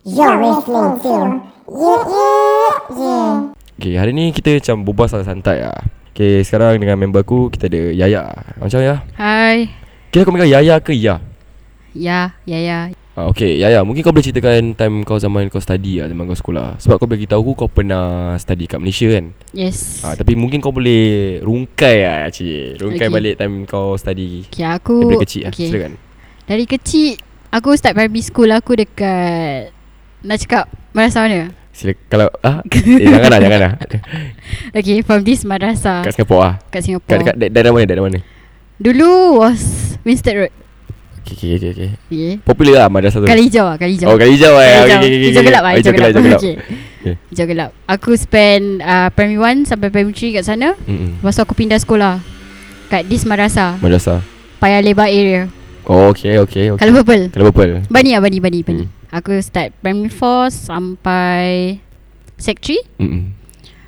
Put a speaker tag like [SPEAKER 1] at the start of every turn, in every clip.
[SPEAKER 1] You're listening to Yeah Yeah Yeah
[SPEAKER 2] Okay, hari ni kita macam berbual santai-santai lah Okay, sekarang dengan member aku, kita ada Yaya Macam ya?
[SPEAKER 3] Hai.
[SPEAKER 2] Kita kau panggil Yaya ke Ya?
[SPEAKER 3] Ya, ya, ya.
[SPEAKER 2] Ah, okay, Yaya, mungkin kau boleh ceritakan time kau zaman kau study lah, zaman kau sekolah Sebab kau bagi tahu aku kau pernah study kat Malaysia kan
[SPEAKER 3] Yes.
[SPEAKER 2] ah, Tapi mungkin kau boleh rungkai lah cik Rungkai
[SPEAKER 3] Okay.
[SPEAKER 2] balik time kau study
[SPEAKER 3] Okay, aku
[SPEAKER 2] Daripada kecil lah,
[SPEAKER 3] okay.
[SPEAKER 2] silakan
[SPEAKER 3] Dari kecil aku start primary school aku dekat nak cakap madrasah mana?
[SPEAKER 2] Sila, kalau ah, eh, jangan lah, jangan lah
[SPEAKER 3] Okay, from this madrasah
[SPEAKER 2] Kat Singapore lah
[SPEAKER 3] kat
[SPEAKER 2] Kat,
[SPEAKER 3] Singapore.
[SPEAKER 2] dekat, da- daerah mana, daerah mana
[SPEAKER 3] Dulu was Winstead Road.
[SPEAKER 2] Okay, okay, okay, okay.
[SPEAKER 3] Okay.
[SPEAKER 2] Popular lah madrasah tu
[SPEAKER 3] Kali hijau lah, kali hijau.
[SPEAKER 2] Oh, kali hijau eh
[SPEAKER 3] hijau,
[SPEAKER 2] okay, okay, okay,
[SPEAKER 3] hijau
[SPEAKER 2] okay.
[SPEAKER 3] gelap lah,
[SPEAKER 2] Oh,
[SPEAKER 3] hijau gelap.
[SPEAKER 2] Hijau gelap,
[SPEAKER 3] Okay.
[SPEAKER 2] Okay.
[SPEAKER 3] Hijau gelap. Aku spend uh, primary 1 sampai primary 3 kat sana.
[SPEAKER 2] Mm-mm.
[SPEAKER 3] Lepas tu aku pindah sekolah kat this madrasah,
[SPEAKER 2] Madrasah
[SPEAKER 3] Paya Lebar area.
[SPEAKER 2] Oh, okay, okay, okay.
[SPEAKER 3] Kalau purple.
[SPEAKER 2] Kalau purple.
[SPEAKER 3] Bani lah Bani Bani Bani
[SPEAKER 2] Hmm.
[SPEAKER 3] Aku start primary 4 sampai Sec 3
[SPEAKER 2] Mm-mm.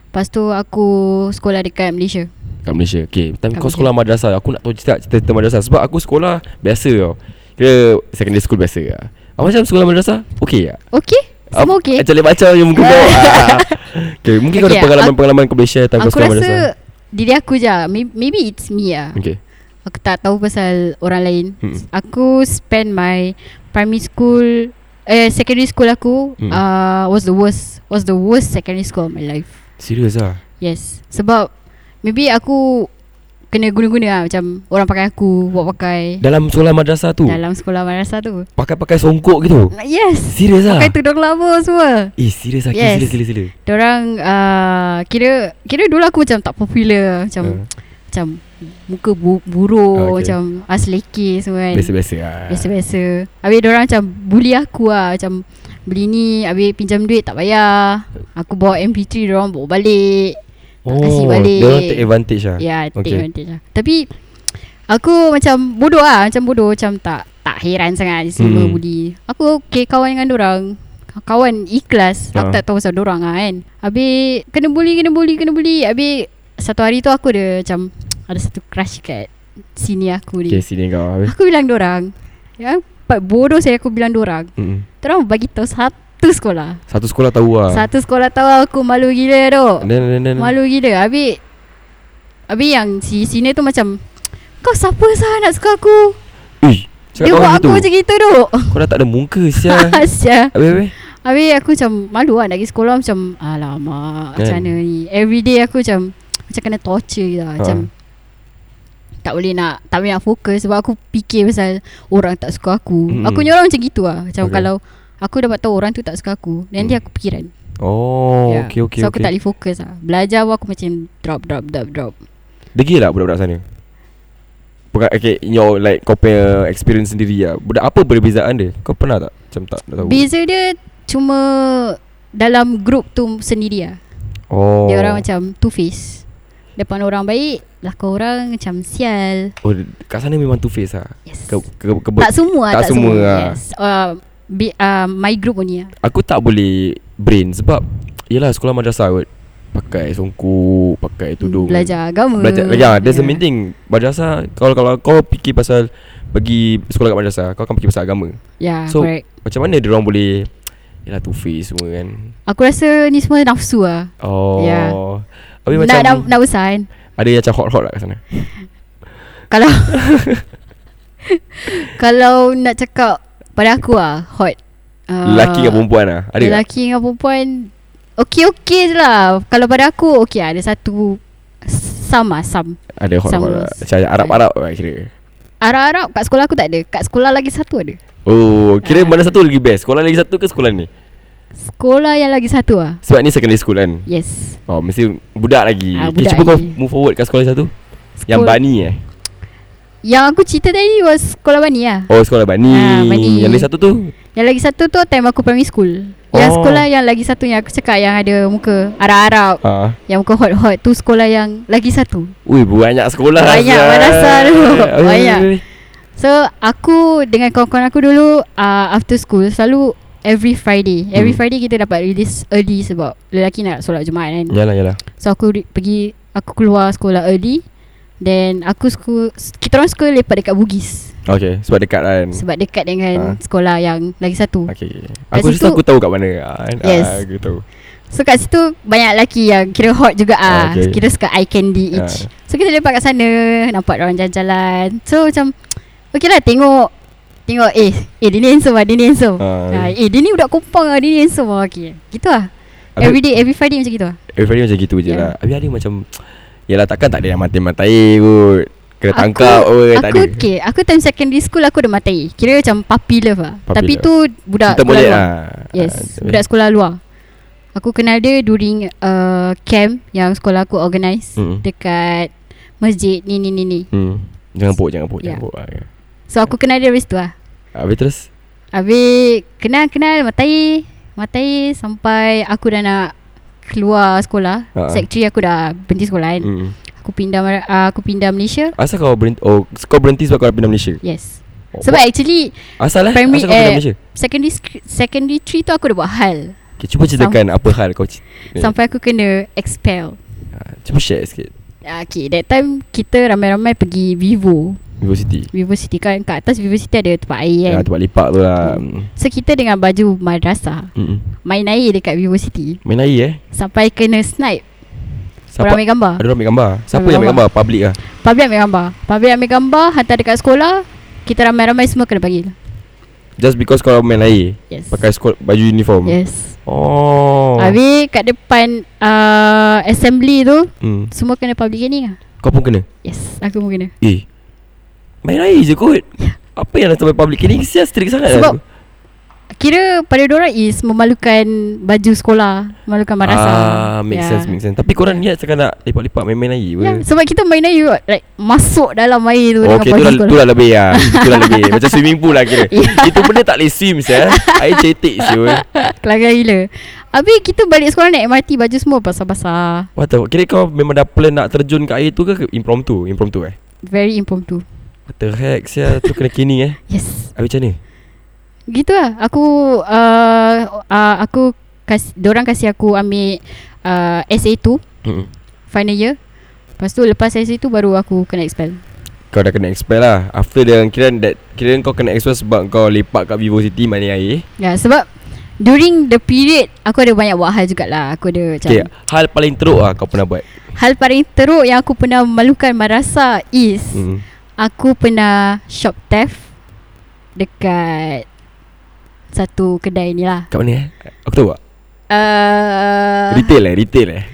[SPEAKER 3] Lepas tu aku sekolah dekat Malaysia
[SPEAKER 2] Kat Malaysia. Okay, time
[SPEAKER 3] Kat
[SPEAKER 2] kau
[SPEAKER 3] Malaysia.
[SPEAKER 2] sekolah madrasah, aku nak tahu cerita cerita madrasah sebab aku sekolah biasa tau. Kira secondary school biasa lah. Apa macam sekolah madrasah? Okay lah.
[SPEAKER 3] Okay? Semua
[SPEAKER 2] Ap-
[SPEAKER 3] okay?
[SPEAKER 2] Macam lain macam yang mungkin kau. ah. okay, mungkin kau ada
[SPEAKER 3] Okay, ah,
[SPEAKER 2] pengalaman-pengalaman kau boleh share time kau
[SPEAKER 3] Aku
[SPEAKER 2] sekolah madrasah.
[SPEAKER 3] rasa diri aku je lah. May- Maybe it's me lah
[SPEAKER 2] Okay.
[SPEAKER 3] Aku tak tahu pasal orang lain
[SPEAKER 2] Hmm.
[SPEAKER 3] Aku spend my primary school Eh secondary school aku
[SPEAKER 2] Hmm.
[SPEAKER 3] uh, Was the worst Was the worst secondary school of my life
[SPEAKER 2] Serius lah.
[SPEAKER 3] Yes Sebab Maybe aku Kena guna-guna lah Macam orang pakai aku Buat pakai
[SPEAKER 2] Dalam sekolah madrasah tu,
[SPEAKER 3] Dalam sekolah madrasah tu
[SPEAKER 2] pakai-pakai songkok gitu.
[SPEAKER 3] Yes
[SPEAKER 2] Serius lah.
[SPEAKER 3] Pakai tudung lama semua
[SPEAKER 2] Eh, serius lah.
[SPEAKER 3] Yes.
[SPEAKER 2] Yes. Sila, sila, sila.
[SPEAKER 3] Diorang uh, Kira Kira dulu aku macam tak popular Macam
[SPEAKER 2] Uh,
[SPEAKER 3] Macam Muka bu- buruk
[SPEAKER 2] Ah, Okay.
[SPEAKER 3] okay. Macam Asleki semua kan
[SPEAKER 2] biasa-biasa lah.
[SPEAKER 3] Biasa-biasa Habis diorang macam Bully aku lah Macam Beli ni Habis pinjam duit tak bayar Aku bawa MP3 Diorang bawa balik
[SPEAKER 2] Oh,
[SPEAKER 3] Kasih
[SPEAKER 2] dia
[SPEAKER 3] balik.
[SPEAKER 2] orang take advantage lah.
[SPEAKER 3] Ya take
[SPEAKER 2] okay.
[SPEAKER 3] advantage lah Tapi Aku macam bodoh lah Macam bodoh Macam tak Tak heran sangat Semua
[SPEAKER 2] Hmm.
[SPEAKER 3] hmm. bully Aku okay kawan dengan dorang Kawan ikhlas
[SPEAKER 2] Ha.
[SPEAKER 3] Aku tak tahu pasal dorang lah kan Habis Kena bully Kena bully Kena bully Habis Satu hari tu aku ada Macam Ada satu crush kat Sini aku ni
[SPEAKER 2] Okay, sini kau. Habis.
[SPEAKER 3] Aku bilang dorang Ya Pak bodoh saya aku bilang dorang
[SPEAKER 2] Mm-mm.
[SPEAKER 3] Terang bagi tahu satu sekolah
[SPEAKER 2] Satu sekolah tahu lah.
[SPEAKER 3] Satu sekolah tahu aku malu gila tu
[SPEAKER 2] Dan, dan, dan.
[SPEAKER 3] Malu gila Habis Habis yang si sini tu macam Kau siapa sah nak suka aku
[SPEAKER 2] Ui, cakap
[SPEAKER 3] Dia
[SPEAKER 2] kau
[SPEAKER 3] buat
[SPEAKER 2] macam
[SPEAKER 3] aku
[SPEAKER 2] tu.
[SPEAKER 3] macam gitu tu
[SPEAKER 2] Kau dah tak ada muka sia.
[SPEAKER 3] Asya
[SPEAKER 2] Habis habis.
[SPEAKER 3] Habis aku macam malu lah Nak pergi sekolah macam
[SPEAKER 2] Kan?
[SPEAKER 3] Alamak Macam mana ni Everyday aku macam Macam kena torture je
[SPEAKER 2] Ha.
[SPEAKER 3] lah Macam Tak boleh nak Tak boleh nak fokus Sebab aku fikir pasal Orang tak suka aku
[SPEAKER 2] Mm-mm.
[SPEAKER 3] mm. Aku nyorang macam gitu lah Macam
[SPEAKER 2] Okay.
[SPEAKER 3] okay. kalau Aku dapat tahu orang tu tak suka aku Nanti
[SPEAKER 2] Mm.
[SPEAKER 3] aku pikiran
[SPEAKER 2] Oh, yeah.
[SPEAKER 3] Ya.
[SPEAKER 2] okey okey
[SPEAKER 3] So aku
[SPEAKER 2] okey.
[SPEAKER 3] tak boleh fokus lah Belajar pun aku macam Drop drop drop drop
[SPEAKER 2] Degil lah budak-budak sana. Bukan okay, in your like kau punya experience sendiri lah. Budak apa perbezaan dia? Kau pernah tak? Macam tak, tak tahu.
[SPEAKER 3] Beza dia Cuma Dalam group tu sendiri lah
[SPEAKER 2] oh.
[SPEAKER 3] oh. Dia orang macam Two face Depan orang baik Belakang orang macam sial
[SPEAKER 2] Oh, kat sana memang two face lah.
[SPEAKER 3] Yes.
[SPEAKER 2] Ke, ke, ke,
[SPEAKER 3] tak semua
[SPEAKER 2] tak
[SPEAKER 3] tak,
[SPEAKER 2] semua
[SPEAKER 3] semua.
[SPEAKER 2] lah.
[SPEAKER 3] Yes. Uh, bi, uh, my group ni lah.
[SPEAKER 2] Aku tak boleh brain sebab Yelah sekolah madrasah kot Pakai songkok Pakai tudung
[SPEAKER 3] Belajar agama.
[SPEAKER 2] Belajar Ya yeah, that's the main thing Madrasah Kalau kalau kau fikir pasal Pergi sekolah kat madrasah Kau akan fikir pasal agama
[SPEAKER 3] Ya, yeah,
[SPEAKER 2] So-
[SPEAKER 3] so, correct.
[SPEAKER 2] Macam mana dia orang boleh Yelah two face semua kan
[SPEAKER 3] Aku rasa ni semua nafsu lah.
[SPEAKER 2] Oh
[SPEAKER 3] Ya.
[SPEAKER 2] Habis
[SPEAKER 3] nak,
[SPEAKER 2] macam
[SPEAKER 3] nak, nak besar kan.
[SPEAKER 2] Ada yang macam hot-hot lah kat sana
[SPEAKER 3] Kalau kalau nak cakap pada aku lah, hot. Uh,
[SPEAKER 2] Lelaki dengan perempuan lah Ada tak?
[SPEAKER 3] Lelaki dengan perempuan, okey-okey je lah. Kalau pada aku, okey lah, ada satu lah, sama sam.
[SPEAKER 2] Ada hot-hot
[SPEAKER 3] Sama.
[SPEAKER 2] lah Macam Arab-Arab lah kira
[SPEAKER 3] Arab-Arab kat sekolah aku tak ada. Kat sekolah lagi satu ada.
[SPEAKER 2] Oh Kira
[SPEAKER 3] Ah.
[SPEAKER 2] mana satu lagi best Sekolah lagi satu ke sekolah ni
[SPEAKER 3] Sekolah yang lagi satu lah.
[SPEAKER 2] Sebab ni secondary school kan
[SPEAKER 3] Yes.
[SPEAKER 2] Oh mesti budak lagi
[SPEAKER 3] Ah,
[SPEAKER 2] ah,
[SPEAKER 3] budak
[SPEAKER 2] Kita cuba kau
[SPEAKER 3] lagi.
[SPEAKER 2] move forward kat sekolah satu
[SPEAKER 3] Sekolah.
[SPEAKER 2] Yang Bani eh
[SPEAKER 3] Yang aku cerita tadi was sekolah bani lah.
[SPEAKER 2] Oh sekolah Bani,
[SPEAKER 3] Ah, Bani.
[SPEAKER 2] Yang lagi satu tu
[SPEAKER 3] Yang lagi satu tu time aku primary school. Yang
[SPEAKER 2] Oh.
[SPEAKER 3] sekolah yang lagi satu yang aku cakap yang ada muka Arab-Arab.
[SPEAKER 2] ah.
[SPEAKER 3] Yang muka hot-hot tu sekolah yang lagi satu.
[SPEAKER 2] Ui banyak sekolah
[SPEAKER 3] Banyak
[SPEAKER 2] Azhar.
[SPEAKER 3] madrasah tu.
[SPEAKER 2] Ui,
[SPEAKER 3] Banyak.
[SPEAKER 2] ui, ui.
[SPEAKER 3] So aku dengan kawan-kawan aku dulu uh, after school selalu every Friday. Every
[SPEAKER 2] Hmm.
[SPEAKER 3] Friday kita dapat release early sebab lelaki nak solat Jumaat kan.
[SPEAKER 2] Yalah yalah
[SPEAKER 3] So aku re- pergi aku keluar sekolah early. Then aku school kita orang sekolah lepak dekat Bugis.
[SPEAKER 2] Okay Sebab dekat kan
[SPEAKER 3] Sebab dekat dengan
[SPEAKER 2] Ah.
[SPEAKER 3] sekolah yang lagi satu
[SPEAKER 2] Okay okay. Aku
[SPEAKER 3] situ-
[SPEAKER 2] rasa aku tahu kat mana ah,
[SPEAKER 3] Yes.
[SPEAKER 2] ah, Aku tahu
[SPEAKER 3] So kat situ banyak lelaki yang kira hot juga
[SPEAKER 2] Ah,
[SPEAKER 3] ah.
[SPEAKER 2] okay.
[SPEAKER 3] Kira suka eye candy
[SPEAKER 2] Ah.
[SPEAKER 3] each. So kita lepak kat sana, nampak orang jalan-jalan. So macam okay lah tengok tengok eh eh dia ni handsome ah, dia ni handsome.
[SPEAKER 2] Ah.
[SPEAKER 3] Ah, eh dia ni budak kompang ah, dia ni handsome ah. Okay. Gitu ah.
[SPEAKER 2] Habis-
[SPEAKER 3] Every day, every Friday macam gitu ah.
[SPEAKER 2] Everybody macam gitu je lah
[SPEAKER 3] Yeah.
[SPEAKER 2] Habis ada macam Yelah takkan tak ada yang matai-matai kot Kena tangkap oh,
[SPEAKER 3] aku
[SPEAKER 2] Tak ada
[SPEAKER 3] okay, aku time secondary school aku dah matai. Kira macam puppy love ah.
[SPEAKER 2] Puppy
[SPEAKER 3] Tapi
[SPEAKER 2] love.
[SPEAKER 3] tu budak
[SPEAKER 2] Cinta
[SPEAKER 3] sekolah
[SPEAKER 2] molek
[SPEAKER 3] luar.
[SPEAKER 2] lah
[SPEAKER 3] Yes,
[SPEAKER 2] Ah,
[SPEAKER 3] budak sekolah luar. Aku kenal dia during uh, camp yang sekolah aku organise
[SPEAKER 2] Mm-mm.
[SPEAKER 3] mm. dekat masjid ni ni ni ni.
[SPEAKER 2] hmm. Jangan pok Jangan pok
[SPEAKER 3] Yeah.
[SPEAKER 2] Jangan pok Ah, yeah.
[SPEAKER 3] So aku kenal dia dari situ lah.
[SPEAKER 2] Habis terus
[SPEAKER 3] Habis kenal-kenal matai. Matai sampai aku dah nak keluar sekolah.
[SPEAKER 2] Ha.
[SPEAKER 3] Uh-huh. Sec 3 aku dah berhenti sekolah kan. Mm.
[SPEAKER 2] hmm.
[SPEAKER 3] Aku pindah Mar- uh, aku pindah Malaysia.
[SPEAKER 2] Asal kau berhenti Oh kau berhenti sebab kau dah pindah Malaysia
[SPEAKER 3] Yes.
[SPEAKER 2] Oh,
[SPEAKER 3] Sebab actually
[SPEAKER 2] Asal lah Asal
[SPEAKER 3] primary
[SPEAKER 2] kau pindah
[SPEAKER 3] eh,
[SPEAKER 2] Malaysia
[SPEAKER 3] secondary sc- secondary 3 tu aku dah buat hal.
[SPEAKER 2] okay, Cuba ceritakan Apa hal kau c- ni.
[SPEAKER 3] Sampai aku kena expel. Ah,
[SPEAKER 2] Ah, Cuba share sikit
[SPEAKER 3] Okay, that time kita ramai-ramai pergi Vivo.
[SPEAKER 2] University
[SPEAKER 3] Vivo City kan kat atas Vivo City ada tempat air kan.
[SPEAKER 2] yeah. Ya, Tempat lipat tu lah
[SPEAKER 3] So kita dengan baju madrasah
[SPEAKER 2] Mm-mm.
[SPEAKER 3] main air dekat Vivo City
[SPEAKER 2] Main air eh
[SPEAKER 3] sampai kena snipe. Siapa?
[SPEAKER 2] Siapa
[SPEAKER 3] Orang ambil gambar.
[SPEAKER 2] Ada orang ambil gambar Siapa
[SPEAKER 3] Ambil
[SPEAKER 2] yang ambil
[SPEAKER 3] gambar.
[SPEAKER 2] gambar Public lah
[SPEAKER 3] Public ambil gambar. Public ambil gambar hantar dekat sekolah. Kita ramai-ramai semua kena panggil.
[SPEAKER 2] Just because kau main air
[SPEAKER 3] Yes.
[SPEAKER 2] Pakai skor, baju uniform
[SPEAKER 3] Yes.
[SPEAKER 2] Oh
[SPEAKER 3] Oh. Ya. Habis kat depan uh, assembly tu
[SPEAKER 2] hmm.
[SPEAKER 3] semua kena public ni lah.
[SPEAKER 2] Kau pun kena
[SPEAKER 3] Yes, aku pun kena.
[SPEAKER 2] Eh Main air je kot Apa yang dah sampai public Kini kesian strict sangat lah.
[SPEAKER 3] Sebab Kira pada orang is memalukan baju sekolah, memalukan madrasah.
[SPEAKER 2] Ah, make yeah. sense, make sense. Tapi korang niat cakap nak lipat-lipat main-main air
[SPEAKER 3] Ya,
[SPEAKER 2] yeah.
[SPEAKER 3] sebab kita main air kot, like masuk dalam air tu
[SPEAKER 2] Oh, okay, tu
[SPEAKER 3] baju
[SPEAKER 2] lah,
[SPEAKER 3] sekolah.
[SPEAKER 2] tu lah lebih lah Itu lah lebih Macam swimming pool lah kira
[SPEAKER 3] Ya.
[SPEAKER 2] Itu benda tak boleh swim saya Air cetek siul
[SPEAKER 3] Kelakar gila Habis kita balik sekolah naik MRT Baju semua basah-basah
[SPEAKER 2] What the Kira kau memang dah plan nak terjun kat air tu ke ke Impromptu Impromptu eh
[SPEAKER 3] Very impromptu
[SPEAKER 2] What the heck saya Tu kena kini eh
[SPEAKER 3] Yes
[SPEAKER 2] Habis macam ni
[SPEAKER 3] Gitu lah Aku uh, uh, Aku kas, Diorang kasih aku ambil uh, SA2
[SPEAKER 2] Mm-mm.
[SPEAKER 3] Final year Lepas tu lepas SA2 Baru aku kena expel
[SPEAKER 2] Kau dah kena expel lah After the Kira that Kira kau kena expel sebab kau lepak kat Vivo City Main air
[SPEAKER 3] Ya sebab During the period Aku ada banyak buat hal jugalah Aku ada macam
[SPEAKER 2] Okay Hal paling teruk lah kau pernah buat
[SPEAKER 3] Hal paling teruk Yang aku pernah memalukan Madrasah Is
[SPEAKER 2] mm.
[SPEAKER 3] Aku pernah shop theft dekat satu kedai ni lah.
[SPEAKER 2] Kat mana eh Aku tahu tak
[SPEAKER 3] Uh,
[SPEAKER 2] Retail eh Retail eh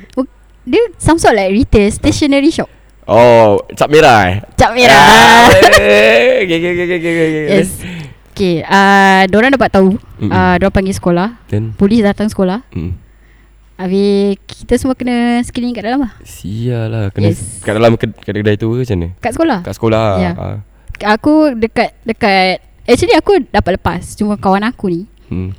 [SPEAKER 3] dia some sort like retail stationery shop.
[SPEAKER 2] Oh Cap merah eh Ah,
[SPEAKER 3] Cap merah.
[SPEAKER 2] okay, okay, okay, okay, okay, okay.
[SPEAKER 3] yes. Okay, uh, diorang dapat tahu.
[SPEAKER 2] Mm-mm.
[SPEAKER 3] Uh, diorang panggil sekolah.
[SPEAKER 2] Then
[SPEAKER 3] Polis datang sekolah.
[SPEAKER 2] mm.
[SPEAKER 3] Habis kita semua kena screening kat dalam lah.
[SPEAKER 2] Sial lah Kena
[SPEAKER 3] Yes.
[SPEAKER 2] yes. Kat dalam ked- kat kedai tu ke macam mana
[SPEAKER 3] Kat sekolah.
[SPEAKER 2] Kat sekolah
[SPEAKER 3] Ya.
[SPEAKER 2] yeah. ah.
[SPEAKER 3] Aku dekat, dekat. Actually aku dapat lepas. Cuma kawan aku ni.
[SPEAKER 2] Hmm.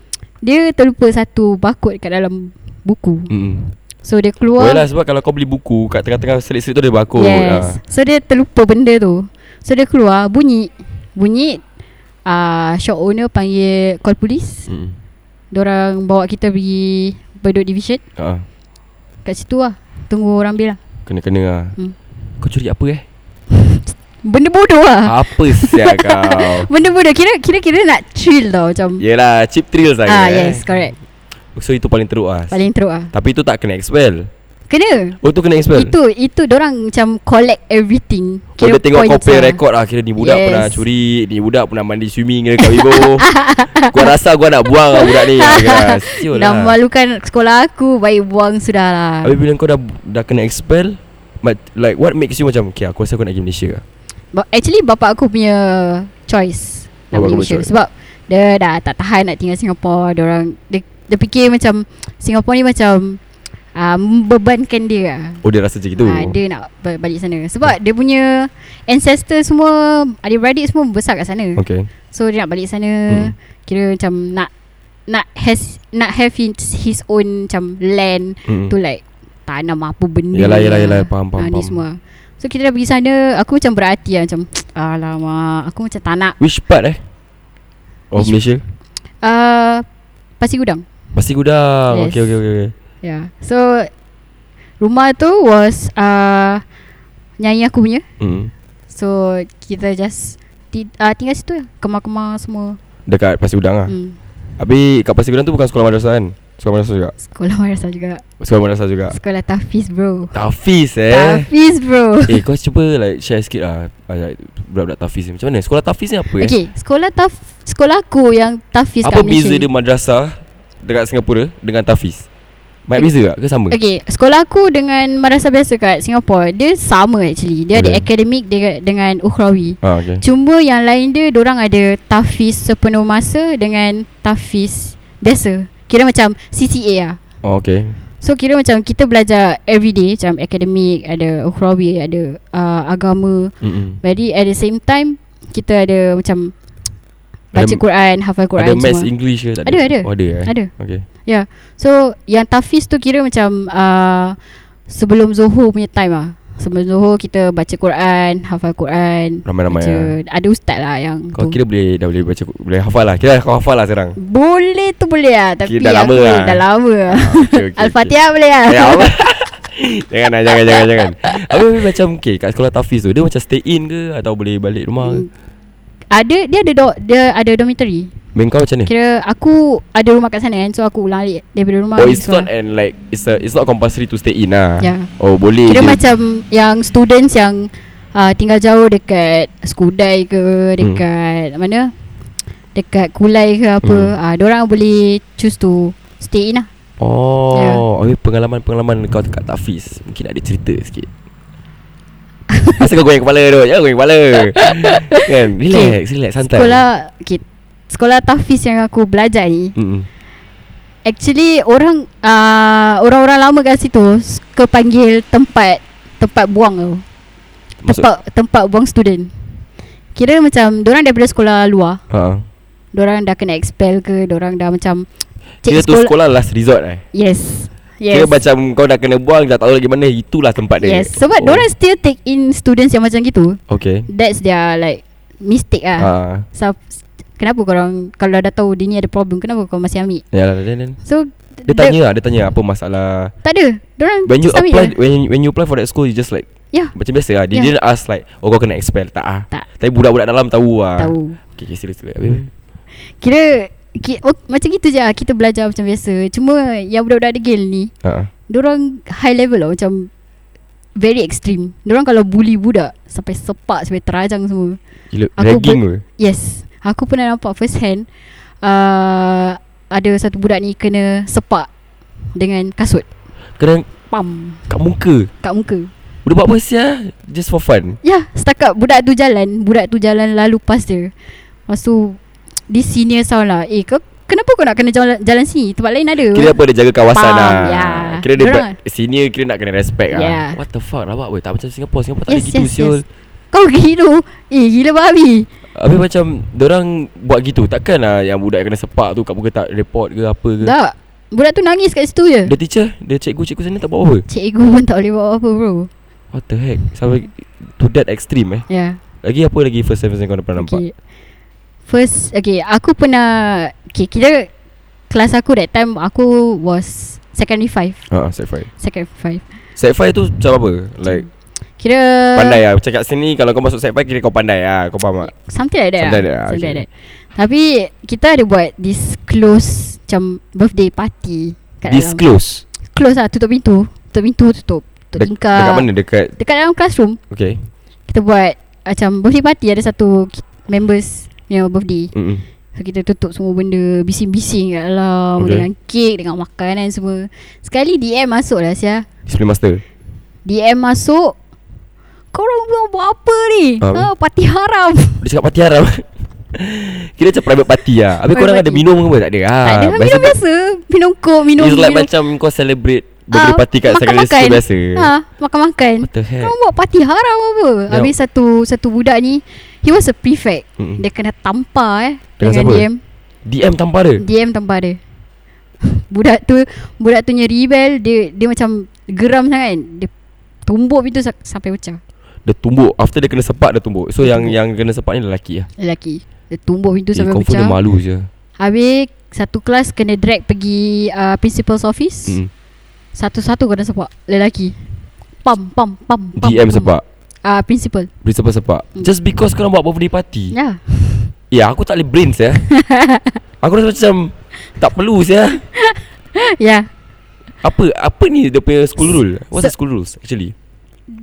[SPEAKER 3] Dia terlupa satu barcode kat dalam buku.
[SPEAKER 2] Hmm.
[SPEAKER 3] So dia
[SPEAKER 2] Boleh
[SPEAKER 3] keluar.
[SPEAKER 2] lah ah. sebab kalau kau beli buku kat tengah-tengah selit-selit tu ada barcode.
[SPEAKER 3] Yes. So dia terlupa benda tu. So dia keluar bunyi bunyi uh, shop owner panggil call polis.
[SPEAKER 2] Ah. Hmm.
[SPEAKER 3] Diorang bawa kita pergi Bedok Division
[SPEAKER 2] Ah.
[SPEAKER 3] kat situ lah. Tunggu orang bil lah.
[SPEAKER 2] Kena-kena lah.
[SPEAKER 3] Hmm.
[SPEAKER 2] Kau curi apa eh?
[SPEAKER 3] Benda bodoh lah.
[SPEAKER 2] Apa sial kau?
[SPEAKER 3] Benda bodoh kira kira kira nak chill tau macam.
[SPEAKER 2] Yelah, cheap thrills lah.
[SPEAKER 3] ah
[SPEAKER 2] kira, eh.
[SPEAKER 3] yes, correct.
[SPEAKER 2] So itu paling teruk lah.
[SPEAKER 3] Paling teruk ah.
[SPEAKER 2] Tapi tu tak kena expel.
[SPEAKER 3] Kena.
[SPEAKER 2] Oh tu kena expel.
[SPEAKER 3] Itu itu diorang macam collect everything.
[SPEAKER 2] Kira dia tengok
[SPEAKER 3] points
[SPEAKER 2] kau
[SPEAKER 3] lah.
[SPEAKER 2] pay record lah Kira ni budak
[SPEAKER 3] Yes.
[SPEAKER 2] yes. pernah curi Ni budak pernah mandi swimming Kira kat Vivo Gua rasa gua nak buang lah budak ni Ah, kira, Siul
[SPEAKER 3] Dah
[SPEAKER 2] lah
[SPEAKER 3] malukan sekolah aku Baik buang sudah lah
[SPEAKER 2] Habis bila kau dah Dah kena expel but, Like what makes you macam Okay aku rasa aku nak pergi Malaysia lah
[SPEAKER 3] Ba- Actually bapak aku punya choice nak
[SPEAKER 2] Bapak
[SPEAKER 3] pergi
[SPEAKER 2] kau
[SPEAKER 3] Malaysia
[SPEAKER 2] choice.
[SPEAKER 3] sebab dia dah tak tahan nak tinggal Singapura. Dia orang dia, dia fikir macam Singapura ni macam uh, membebankan dia. lah.
[SPEAKER 2] Oh dia rasa macam gitu
[SPEAKER 3] Ah, dia nak ba- balik sana sebab dia punya ancestor semua adik-beradik semua besar kat sana.
[SPEAKER 2] Okay
[SPEAKER 3] Okay. So dia nak balik sana
[SPEAKER 2] Hmm.
[SPEAKER 3] kira macam nak nak has nak have his, his own macam land
[SPEAKER 2] mm.
[SPEAKER 3] tu like tanam apa benda
[SPEAKER 2] Yalah,
[SPEAKER 3] ni
[SPEAKER 2] yalah,
[SPEAKER 3] lah.
[SPEAKER 2] yalah. Faham, faham,
[SPEAKER 3] Ah, ni
[SPEAKER 2] faham.
[SPEAKER 3] semua so kita dah pergi sana aku macam berhati lah macam alamak aku macam tak nak
[SPEAKER 2] Which part eh Of Oh,
[SPEAKER 3] Which-
[SPEAKER 2] Malaysia
[SPEAKER 3] uh, pasir gudang
[SPEAKER 2] Pasti gudang
[SPEAKER 3] Yes.
[SPEAKER 2] yes. Okay okay okay
[SPEAKER 3] ya yeah. so rumah tu was uh, nyanyi aku punya
[SPEAKER 2] mm.
[SPEAKER 3] so kita just ti, uh, tinggal situ lah Kemar-kemar semua
[SPEAKER 2] Dekat Pasir Udang lah
[SPEAKER 3] hmm.
[SPEAKER 2] Habis kat Pasir Udang tu bukan sekolah madrasah kan Sekolah madrasah juga
[SPEAKER 3] Sekolah madrasah juga
[SPEAKER 2] Sekolah madrasah juga
[SPEAKER 3] Sekolah tahfiz bro
[SPEAKER 2] Tafiz Ah. eh
[SPEAKER 3] Tahfiz bro
[SPEAKER 2] Eh kau cuba like share sikit lah ah, like, Budak-budak Tafiz ni Macam mana sekolah Tafiz ni apa eh
[SPEAKER 3] Okay Sekolah taf Sekolah aku yang tahfiz
[SPEAKER 2] Apa
[SPEAKER 3] kat Malaysia
[SPEAKER 2] beza dia madrasah Dekat Singapura Dengan Tafiz Banyak beza tak ke sama
[SPEAKER 3] Okay Sekolah aku dengan madrasah biasa kat Singapore Dia sama actually Dia ada
[SPEAKER 2] Ada.
[SPEAKER 3] akademik dia dengan ukhrawi
[SPEAKER 2] ah, okay.
[SPEAKER 3] Cuma yang lain dia Diorang ada tahfiz sepenuh masa Dengan tahfiz biasa Kira macam CCA lah
[SPEAKER 2] Oh, okay
[SPEAKER 3] So kira macam kita belajar everyday Macam akademik Ada ukhrawi Ada uh, agama
[SPEAKER 2] Mm-mm.
[SPEAKER 3] Jadi at the same time Kita ada macam Baca
[SPEAKER 2] Ada-
[SPEAKER 3] Quran Hafal Quran
[SPEAKER 2] Ada maths
[SPEAKER 3] semua
[SPEAKER 2] English ke tak
[SPEAKER 3] Ada, ada.
[SPEAKER 2] Oh ada eh
[SPEAKER 3] Ada
[SPEAKER 2] Okay
[SPEAKER 3] So yang tahfiz tu kira macam uh, Sebelum Zuhur punya time lah Sebelum Zuhur kita baca Quran Hafal Quran
[SPEAKER 2] Ramai-ramai
[SPEAKER 3] baca,
[SPEAKER 2] lah
[SPEAKER 3] Ada ustaz lah yang
[SPEAKER 2] Kau
[SPEAKER 3] tu
[SPEAKER 2] kira boleh Dah boleh baca Boleh hafal lah Kira kau hafal lah sekarang
[SPEAKER 3] Boleh tu boleh lah Tapi
[SPEAKER 2] Kira dah lama
[SPEAKER 3] aku
[SPEAKER 2] lah.
[SPEAKER 3] dah lama lah
[SPEAKER 2] okay, okay,
[SPEAKER 3] Al-Fatihah boleh lah
[SPEAKER 2] okay. Eh, apa? Jangan lah Jangan jangan jangan Habis habis macam Okay kat sekolah Tafiz tu Dia macam stay in ke Atau boleh balik rumah ke
[SPEAKER 3] Hmm. Ada dia ada do, dia ada dormitory.
[SPEAKER 2] Ben kau macam ni
[SPEAKER 3] Kira aku ada rumah kat sana kan so aku ulang alik daripada rumah.
[SPEAKER 2] Oh
[SPEAKER 3] pergi
[SPEAKER 2] it's not
[SPEAKER 3] sekolah.
[SPEAKER 2] and like It's a, it's not compulsory to stay in lah
[SPEAKER 3] Ya.
[SPEAKER 2] Oh boleh
[SPEAKER 3] Kira
[SPEAKER 2] je.
[SPEAKER 3] macam yang students yang uh, tinggal jauh dekat Skudai ke dekat hmm. mana? Dekat Kulai ke apa.
[SPEAKER 2] Hmm.
[SPEAKER 3] Ah hmm. orang boleh choose to stay in lah.
[SPEAKER 2] Oh
[SPEAKER 3] Ya.
[SPEAKER 2] yeah. pengalaman-pengalaman kau dekat Tafiz Mungkin ada cerita sikit Asal kau goyang kepala tu Jangan goyang kepala Kan Relax Relax santai
[SPEAKER 3] Sekolah okay, sekolah tahfiz yang aku belajar ni
[SPEAKER 2] Mm-mm.
[SPEAKER 3] actually orang uh, orang-orang lama kat situ s- kepanggil tempat tempat buang tu.
[SPEAKER 2] Maksud
[SPEAKER 3] tempat tempat buang student. Kira macam orang daripada sekolah luar,
[SPEAKER 2] ha.
[SPEAKER 3] orang dah kena expel ke, orang dah macam
[SPEAKER 2] Kira tu sekolah last resort eh
[SPEAKER 3] Yes.
[SPEAKER 2] yes. Kira
[SPEAKER 3] Yes.
[SPEAKER 2] macam kau dah kena buang Tak tahu lagi mana Itulah tempat dia Oh.
[SPEAKER 3] yes. Sebab orang still take in students yang macam gitu.
[SPEAKER 2] Okay
[SPEAKER 3] That's their like mistake ah.
[SPEAKER 2] ha.
[SPEAKER 3] So, kenapa korang kalau dah tahu dia ni ada problem, kenapa kau masih ambil?
[SPEAKER 2] Yalah, Ya lah, then, then.
[SPEAKER 3] So
[SPEAKER 2] Dia tanya lah Dia tanya apa masalah
[SPEAKER 3] Tak ada. Orang
[SPEAKER 2] When you
[SPEAKER 3] just ambil
[SPEAKER 2] apply
[SPEAKER 3] je.
[SPEAKER 2] when, when you apply for that school You just like
[SPEAKER 3] Ya.
[SPEAKER 2] Macam biasa lah Dia
[SPEAKER 3] Ya.
[SPEAKER 2] yeah. didn't ask like Oh kau kena expel Tak ah.
[SPEAKER 3] Tak.
[SPEAKER 2] Tapi budak-budak dalam tahu lah
[SPEAKER 3] Tahu.
[SPEAKER 2] Okay, okay sila sila Habis-
[SPEAKER 3] Kira ki, oh, macam gitu je lah, kita belajar macam biasa. Cuma yang budak-budak degil ni
[SPEAKER 2] Ha.
[SPEAKER 3] Diorang high level lah macam Very extreme Diorang kalau bully budak Sampai sepak Sampai terajang semua
[SPEAKER 2] Gila,
[SPEAKER 3] Aku
[SPEAKER 2] ragging ke?
[SPEAKER 3] Yes Aku pernah nampak first hand uh, Ada satu budak ni kena sepak Dengan kasut
[SPEAKER 2] Kena
[SPEAKER 3] Pam
[SPEAKER 2] kat muka
[SPEAKER 3] Kat muka
[SPEAKER 2] Budak buat apa sia? Just for fun
[SPEAKER 3] Ya yeah, setakat budak tu jalan Budak tu jalan lalu pas dia Lepas tu Di senior sound lah Eh kau Kenapa kau nak kena jalan, jalan sini? Tempat lain ada
[SPEAKER 2] Kira apa dia jaga kawasan
[SPEAKER 3] Faham,
[SPEAKER 2] lah
[SPEAKER 3] ya.
[SPEAKER 2] Kira dia
[SPEAKER 3] Dorang-
[SPEAKER 2] buat Senior kira nak kena respect
[SPEAKER 3] Ya.
[SPEAKER 2] lah What the fuck rabak weh Tak macam Singapore Singapore tak
[SPEAKER 3] Yes,
[SPEAKER 2] ada gitu
[SPEAKER 3] yes,
[SPEAKER 2] siul
[SPEAKER 3] yes. Kau gitu Eh gila babi
[SPEAKER 2] Habis macam Diorang buat gitu Takkan lah yang budak kena sepak tu Kat muka tak report ke apa ke
[SPEAKER 3] Tak Budak tu nangis kat situ je
[SPEAKER 2] Dia teacher Dia cikgu-cikgu sana tak buat apa
[SPEAKER 3] Cikgu pun tak boleh buat apa bro
[SPEAKER 2] What the heck Sampai to that extreme eh
[SPEAKER 3] Ya yeah.
[SPEAKER 2] Lagi apa lagi first time kau pernah nampak
[SPEAKER 3] okay. First Okay aku pernah Okay kira Kelas aku that time Aku was Secondary five
[SPEAKER 2] Ha, set fire
[SPEAKER 3] Secondary five
[SPEAKER 2] Set fire tu macam apa? Like
[SPEAKER 3] Kira
[SPEAKER 2] pandai lah Macam kat sini Kalau kau masuk set fire Kira kau pandai lah Kau faham tak?
[SPEAKER 3] Something like that
[SPEAKER 2] Something
[SPEAKER 3] lah.
[SPEAKER 2] like that,
[SPEAKER 3] Something
[SPEAKER 2] okay.
[SPEAKER 3] like that Tapi Kita ada buat This close Macam birthday party kat dalam.
[SPEAKER 2] Disclose
[SPEAKER 3] Close lah tutup pintu Tutup pintu tutup Tutup
[SPEAKER 2] Dek-
[SPEAKER 3] tingkap
[SPEAKER 2] Dekat mana? Dekat
[SPEAKER 3] Dekat dalam classroom
[SPEAKER 2] Okay
[SPEAKER 3] Kita buat Macam birthday party Ada satu ki- Members Yang birthday
[SPEAKER 2] Mm-mm.
[SPEAKER 3] So kita tutup semua benda Bising-bising kat
[SPEAKER 2] Okay.
[SPEAKER 3] dalam okay. Dengan kek Dengan makanan semua Sekali DM masuk lah Sia
[SPEAKER 2] Discipline master
[SPEAKER 3] DM masuk Korang buat, buat apa ni?
[SPEAKER 2] Ah.
[SPEAKER 3] Ha, parti haram
[SPEAKER 2] Dia cakap party haram Kira macam private party lah Habis korang
[SPEAKER 3] Private
[SPEAKER 2] ada
[SPEAKER 3] party.
[SPEAKER 2] minum ke apa? Tak ada ah,
[SPEAKER 3] Tak ada minum biasa Minum kok Minum
[SPEAKER 2] It's like
[SPEAKER 3] minum.
[SPEAKER 2] macam kau celebrate Birthday
[SPEAKER 3] Ah,
[SPEAKER 2] party kat secondary
[SPEAKER 3] makan-makan.
[SPEAKER 2] school biasa
[SPEAKER 3] ha, Makan-makan
[SPEAKER 2] What the heck
[SPEAKER 3] Korang buat parti haram apa?
[SPEAKER 2] Tengok.
[SPEAKER 3] Habis satu satu budak ni He was a prefect
[SPEAKER 2] Mm-mm.
[SPEAKER 3] Dia kena tampar eh
[SPEAKER 2] Dengan siapa?
[SPEAKER 3] DM
[SPEAKER 2] DM tanpa ada
[SPEAKER 3] DM tampar dia Budak tu Budak tu punya rebel Dia dia macam Geram sangat kan. Dia tumbuk pintu sa- sampai pecah
[SPEAKER 2] Dia tumbuk After dia kena sepak Dia tumbuk So
[SPEAKER 3] Dia
[SPEAKER 2] yang
[SPEAKER 3] tumbuk.
[SPEAKER 2] yang kena sepak ni lelaki lah
[SPEAKER 3] Lelaki Dia tumbuk pintu
[SPEAKER 2] Eh
[SPEAKER 3] sampai
[SPEAKER 2] confirm
[SPEAKER 3] pecah
[SPEAKER 2] dia malu je
[SPEAKER 3] Habis Satu kelas kena drag pergi uh, Principal's office
[SPEAKER 2] Mm.
[SPEAKER 3] Satu-satu kena sepak Lelaki Pam pam pam, pam
[SPEAKER 2] DM
[SPEAKER 3] pam.
[SPEAKER 2] sepak
[SPEAKER 3] uh, principal.
[SPEAKER 2] Principal sepak
[SPEAKER 3] Hmm.
[SPEAKER 2] Just because korang buat birthday party
[SPEAKER 3] Ya.
[SPEAKER 2] Ya
[SPEAKER 3] Yeah.
[SPEAKER 2] aku tak boleh brains ya Aku rasa macam Tak perlu saya
[SPEAKER 3] Ya. Yeah.
[SPEAKER 2] Apa Apa ni dia punya school rule What's the
[SPEAKER 3] Se-
[SPEAKER 2] school rules actually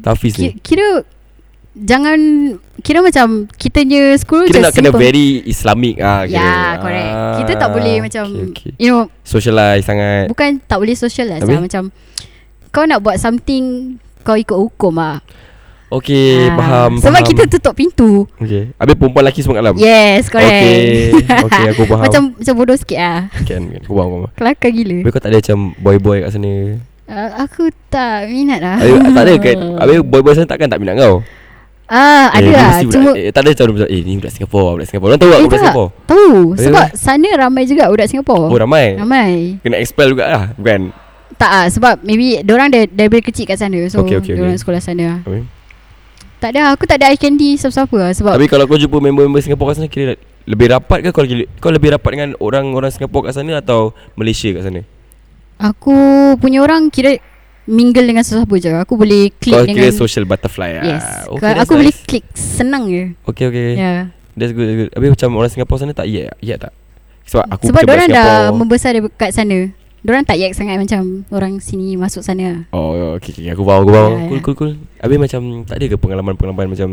[SPEAKER 2] Tafiz
[SPEAKER 3] Ki-
[SPEAKER 2] ni
[SPEAKER 3] kira jangan kira macam kitanya school
[SPEAKER 2] Kita
[SPEAKER 3] just
[SPEAKER 2] nak kena
[SPEAKER 3] simple.
[SPEAKER 2] very Islamic ah,
[SPEAKER 3] Ya, yeah, correct. Kita tak boleh macam
[SPEAKER 2] okay, okay.
[SPEAKER 3] you know,
[SPEAKER 2] Socialize sangat
[SPEAKER 3] bukan tak boleh socialize
[SPEAKER 2] Eh. Habis?
[SPEAKER 3] lah macam kau nak buat something kau ikut hukum ah.
[SPEAKER 2] Okay Eh,
[SPEAKER 3] Ah,
[SPEAKER 2] faham
[SPEAKER 3] Sebab
[SPEAKER 2] faham.
[SPEAKER 3] kita Ya. tutup pintu.
[SPEAKER 2] Okay Habis perempuan lelaki semua kat dalam
[SPEAKER 3] Yes, correct.
[SPEAKER 2] Okay. Okay, aku faham.
[SPEAKER 3] macam macam bodoh sikit ah.
[SPEAKER 2] Kan kan Kau faham kau faham
[SPEAKER 3] Kelakar gila.
[SPEAKER 2] Habis kau tak ada macam Boy-boy kat sana
[SPEAKER 3] Uh, aku tak minat lah.
[SPEAKER 2] Habis tak ada kan Habis boy-boy sana takkan tak minat kau
[SPEAKER 3] Ah, ada
[SPEAKER 2] eh,
[SPEAKER 3] lah.
[SPEAKER 2] mesti
[SPEAKER 3] Cuma
[SPEAKER 2] budak, eh, Tak ada macam budak, Eh ni budak Singapore Budak Singapore Orang tahu lah aku
[SPEAKER 3] eh,
[SPEAKER 2] budak
[SPEAKER 3] tak.
[SPEAKER 2] Singapore
[SPEAKER 3] Tahu
[SPEAKER 2] Eh,
[SPEAKER 3] sebab sana ramai juga budak Singapore.
[SPEAKER 2] Oh ramai
[SPEAKER 3] Ramai.
[SPEAKER 2] Kena expel juga lah Bukan
[SPEAKER 3] Tak ah sebab maybe orang dari daripada kecil kat sana. So
[SPEAKER 2] Okay, okay, okay.
[SPEAKER 3] orang sekolah sana. ah.
[SPEAKER 2] Habis?
[SPEAKER 3] Tak ada aku tak ada eye candy siapa-siapa lah sebab
[SPEAKER 2] Tapi kalau kau jumpa member-member Singapore kat sana Kira lebih rapat ke kau, lagi- kau lebih rapat dengan orang-orang Singapore kat sana Atau Malaysia kat sana
[SPEAKER 3] aku punya orang kira mingle dengan sesiapa je. Aku boleh klik
[SPEAKER 2] Kau kira
[SPEAKER 3] dengan
[SPEAKER 2] social butterfly lah
[SPEAKER 3] Yes.
[SPEAKER 2] okay,
[SPEAKER 3] Okay,
[SPEAKER 2] that's
[SPEAKER 3] aku
[SPEAKER 2] nice. Eh,
[SPEAKER 3] boleh klik senang je.
[SPEAKER 2] Okay okay yeah.
[SPEAKER 3] Ya. Yeah.
[SPEAKER 2] That's good, that's good Habis macam orang Singapore sana tak Yeah, yeah tak Sebab aku
[SPEAKER 3] Sebab
[SPEAKER 2] macam budak
[SPEAKER 3] orang dah
[SPEAKER 2] Singapore.
[SPEAKER 3] membesar dekat sana. Orang tak yak sangat macam orang sini masuk sana.
[SPEAKER 2] Oh okay, okay. Aku faham Aku faham
[SPEAKER 3] Ya,
[SPEAKER 2] Cool
[SPEAKER 3] ya.
[SPEAKER 2] cool cool Habis macam Tak ada ke pengalaman-pengalaman Macam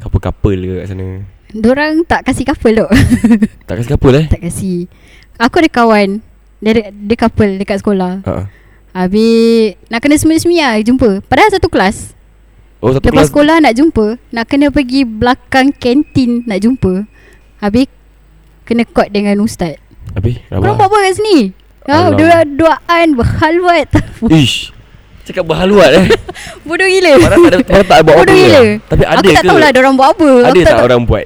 [SPEAKER 2] Couple-couple ke kat sana
[SPEAKER 3] Orang tak kasih couple dok.
[SPEAKER 2] Tak kasi couple eh
[SPEAKER 3] tak kasi. Aku ada kawan dia, dia couple dekat sekolah.
[SPEAKER 2] Ha.
[SPEAKER 3] Habis nak kena sembunyi-sembunyi lah jumpa. Padahal satu kelas.
[SPEAKER 2] Oh satu kelas
[SPEAKER 3] Lepas sekolah nak jumpa, nak kena pergi belakang kantin nak jumpa. Habis kena caught dengan ustaz.
[SPEAKER 2] Habis
[SPEAKER 3] Korang buat apa kat sini? Ha,
[SPEAKER 2] Alamak.
[SPEAKER 3] dua duaan berhalwat.
[SPEAKER 2] Ish Cakap berhaluat eh
[SPEAKER 3] Bodoh gila.
[SPEAKER 2] Orang tak ada Orang tak buat apa
[SPEAKER 3] Bodoh gila.
[SPEAKER 2] Tapi ada
[SPEAKER 3] aku tak
[SPEAKER 2] ke
[SPEAKER 3] tahulah orang buat apa.
[SPEAKER 2] Ada
[SPEAKER 3] aku
[SPEAKER 2] tak,
[SPEAKER 3] tahu.
[SPEAKER 2] orang buat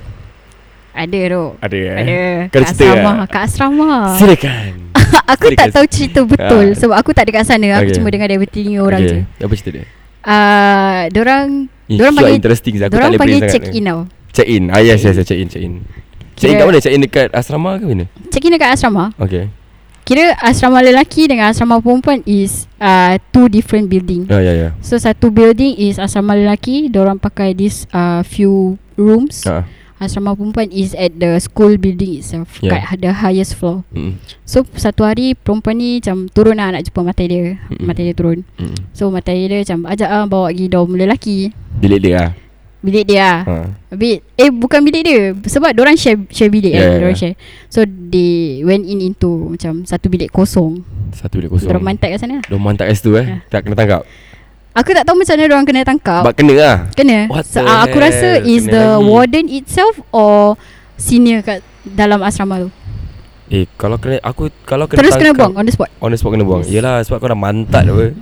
[SPEAKER 3] Ada tu.
[SPEAKER 2] Ada eh
[SPEAKER 3] Ada.
[SPEAKER 2] Kau ada
[SPEAKER 3] Kat
[SPEAKER 2] cerita lah.
[SPEAKER 3] asrama,
[SPEAKER 2] tak?
[SPEAKER 3] kat asrama.
[SPEAKER 2] Silakan
[SPEAKER 3] aku tak
[SPEAKER 2] Silakan.
[SPEAKER 3] tahu cerita betul
[SPEAKER 2] Ah.
[SPEAKER 3] sebab aku tak dekat sana. Aku
[SPEAKER 2] Okay.
[SPEAKER 3] cuma dengar dari telinga orang
[SPEAKER 2] okay.
[SPEAKER 3] je.
[SPEAKER 2] Apa cerita dia
[SPEAKER 3] Ah, dorang
[SPEAKER 2] Eh,
[SPEAKER 3] dorang
[SPEAKER 2] so
[SPEAKER 3] panggil
[SPEAKER 2] interesting Aku tak
[SPEAKER 3] dorang
[SPEAKER 2] boleh
[SPEAKER 3] panggil
[SPEAKER 2] brain sangat
[SPEAKER 3] check in tau.
[SPEAKER 2] Check in ah, Yes yes yes, check in Check in Check in
[SPEAKER 3] Kira-
[SPEAKER 2] kat mana Check in dekat asrama ke mana
[SPEAKER 3] Check in dekat asrama.
[SPEAKER 2] Okay
[SPEAKER 3] Kira asrama lelaki dengan asrama perempuan is uh, two different building.
[SPEAKER 2] Ya ya ya
[SPEAKER 3] So satu building is asrama lelaki, dorang pakai this uh, few rooms.
[SPEAKER 2] Ha.
[SPEAKER 3] Asrama perempuan is at the school building itself
[SPEAKER 2] Yeah.
[SPEAKER 3] yeah. kat the highest floor.
[SPEAKER 2] Mm,
[SPEAKER 3] So satu hari perempuan ni macam turun lah nak jumpa mata dia.
[SPEAKER 2] Mm-mm.
[SPEAKER 3] Mata dia turun.
[SPEAKER 2] mm.
[SPEAKER 3] So mata dia macam ajak ah bawa pergi dorm lelaki.
[SPEAKER 2] Bilik dia lah
[SPEAKER 3] Bilik dia lah.
[SPEAKER 2] ha.
[SPEAKER 3] Bilik eh bukan bilik dia sebab orang share share bilik
[SPEAKER 2] Yeah,
[SPEAKER 3] yeah, kan,
[SPEAKER 2] yeah,
[SPEAKER 3] orang
[SPEAKER 2] yeah.
[SPEAKER 3] share. So they went in into macam satu bilik kosong.
[SPEAKER 2] Satu bilik
[SPEAKER 3] kosong.
[SPEAKER 2] kosong
[SPEAKER 3] Orang mantat kat sana. lah.
[SPEAKER 2] Diorang mantap kat situ eh
[SPEAKER 3] Ya.
[SPEAKER 2] Tak kena tangkap
[SPEAKER 3] Aku tak tahu macam mana orang kena tangkap.
[SPEAKER 2] But kena lah
[SPEAKER 3] kena.
[SPEAKER 2] What
[SPEAKER 3] So,
[SPEAKER 2] the
[SPEAKER 3] uh, aku rasa
[SPEAKER 2] hell?
[SPEAKER 3] is
[SPEAKER 2] Kena
[SPEAKER 3] the
[SPEAKER 2] lagi.
[SPEAKER 3] warden itself or senior kat dalam asrama tu.
[SPEAKER 2] Eh kalau kena Aku Kalau kena
[SPEAKER 3] Terus kena
[SPEAKER 2] tangkap,
[SPEAKER 3] buang on the spot.
[SPEAKER 2] On the spot kena buang
[SPEAKER 3] Yes.
[SPEAKER 2] Yelah sebab kau dah mantat apa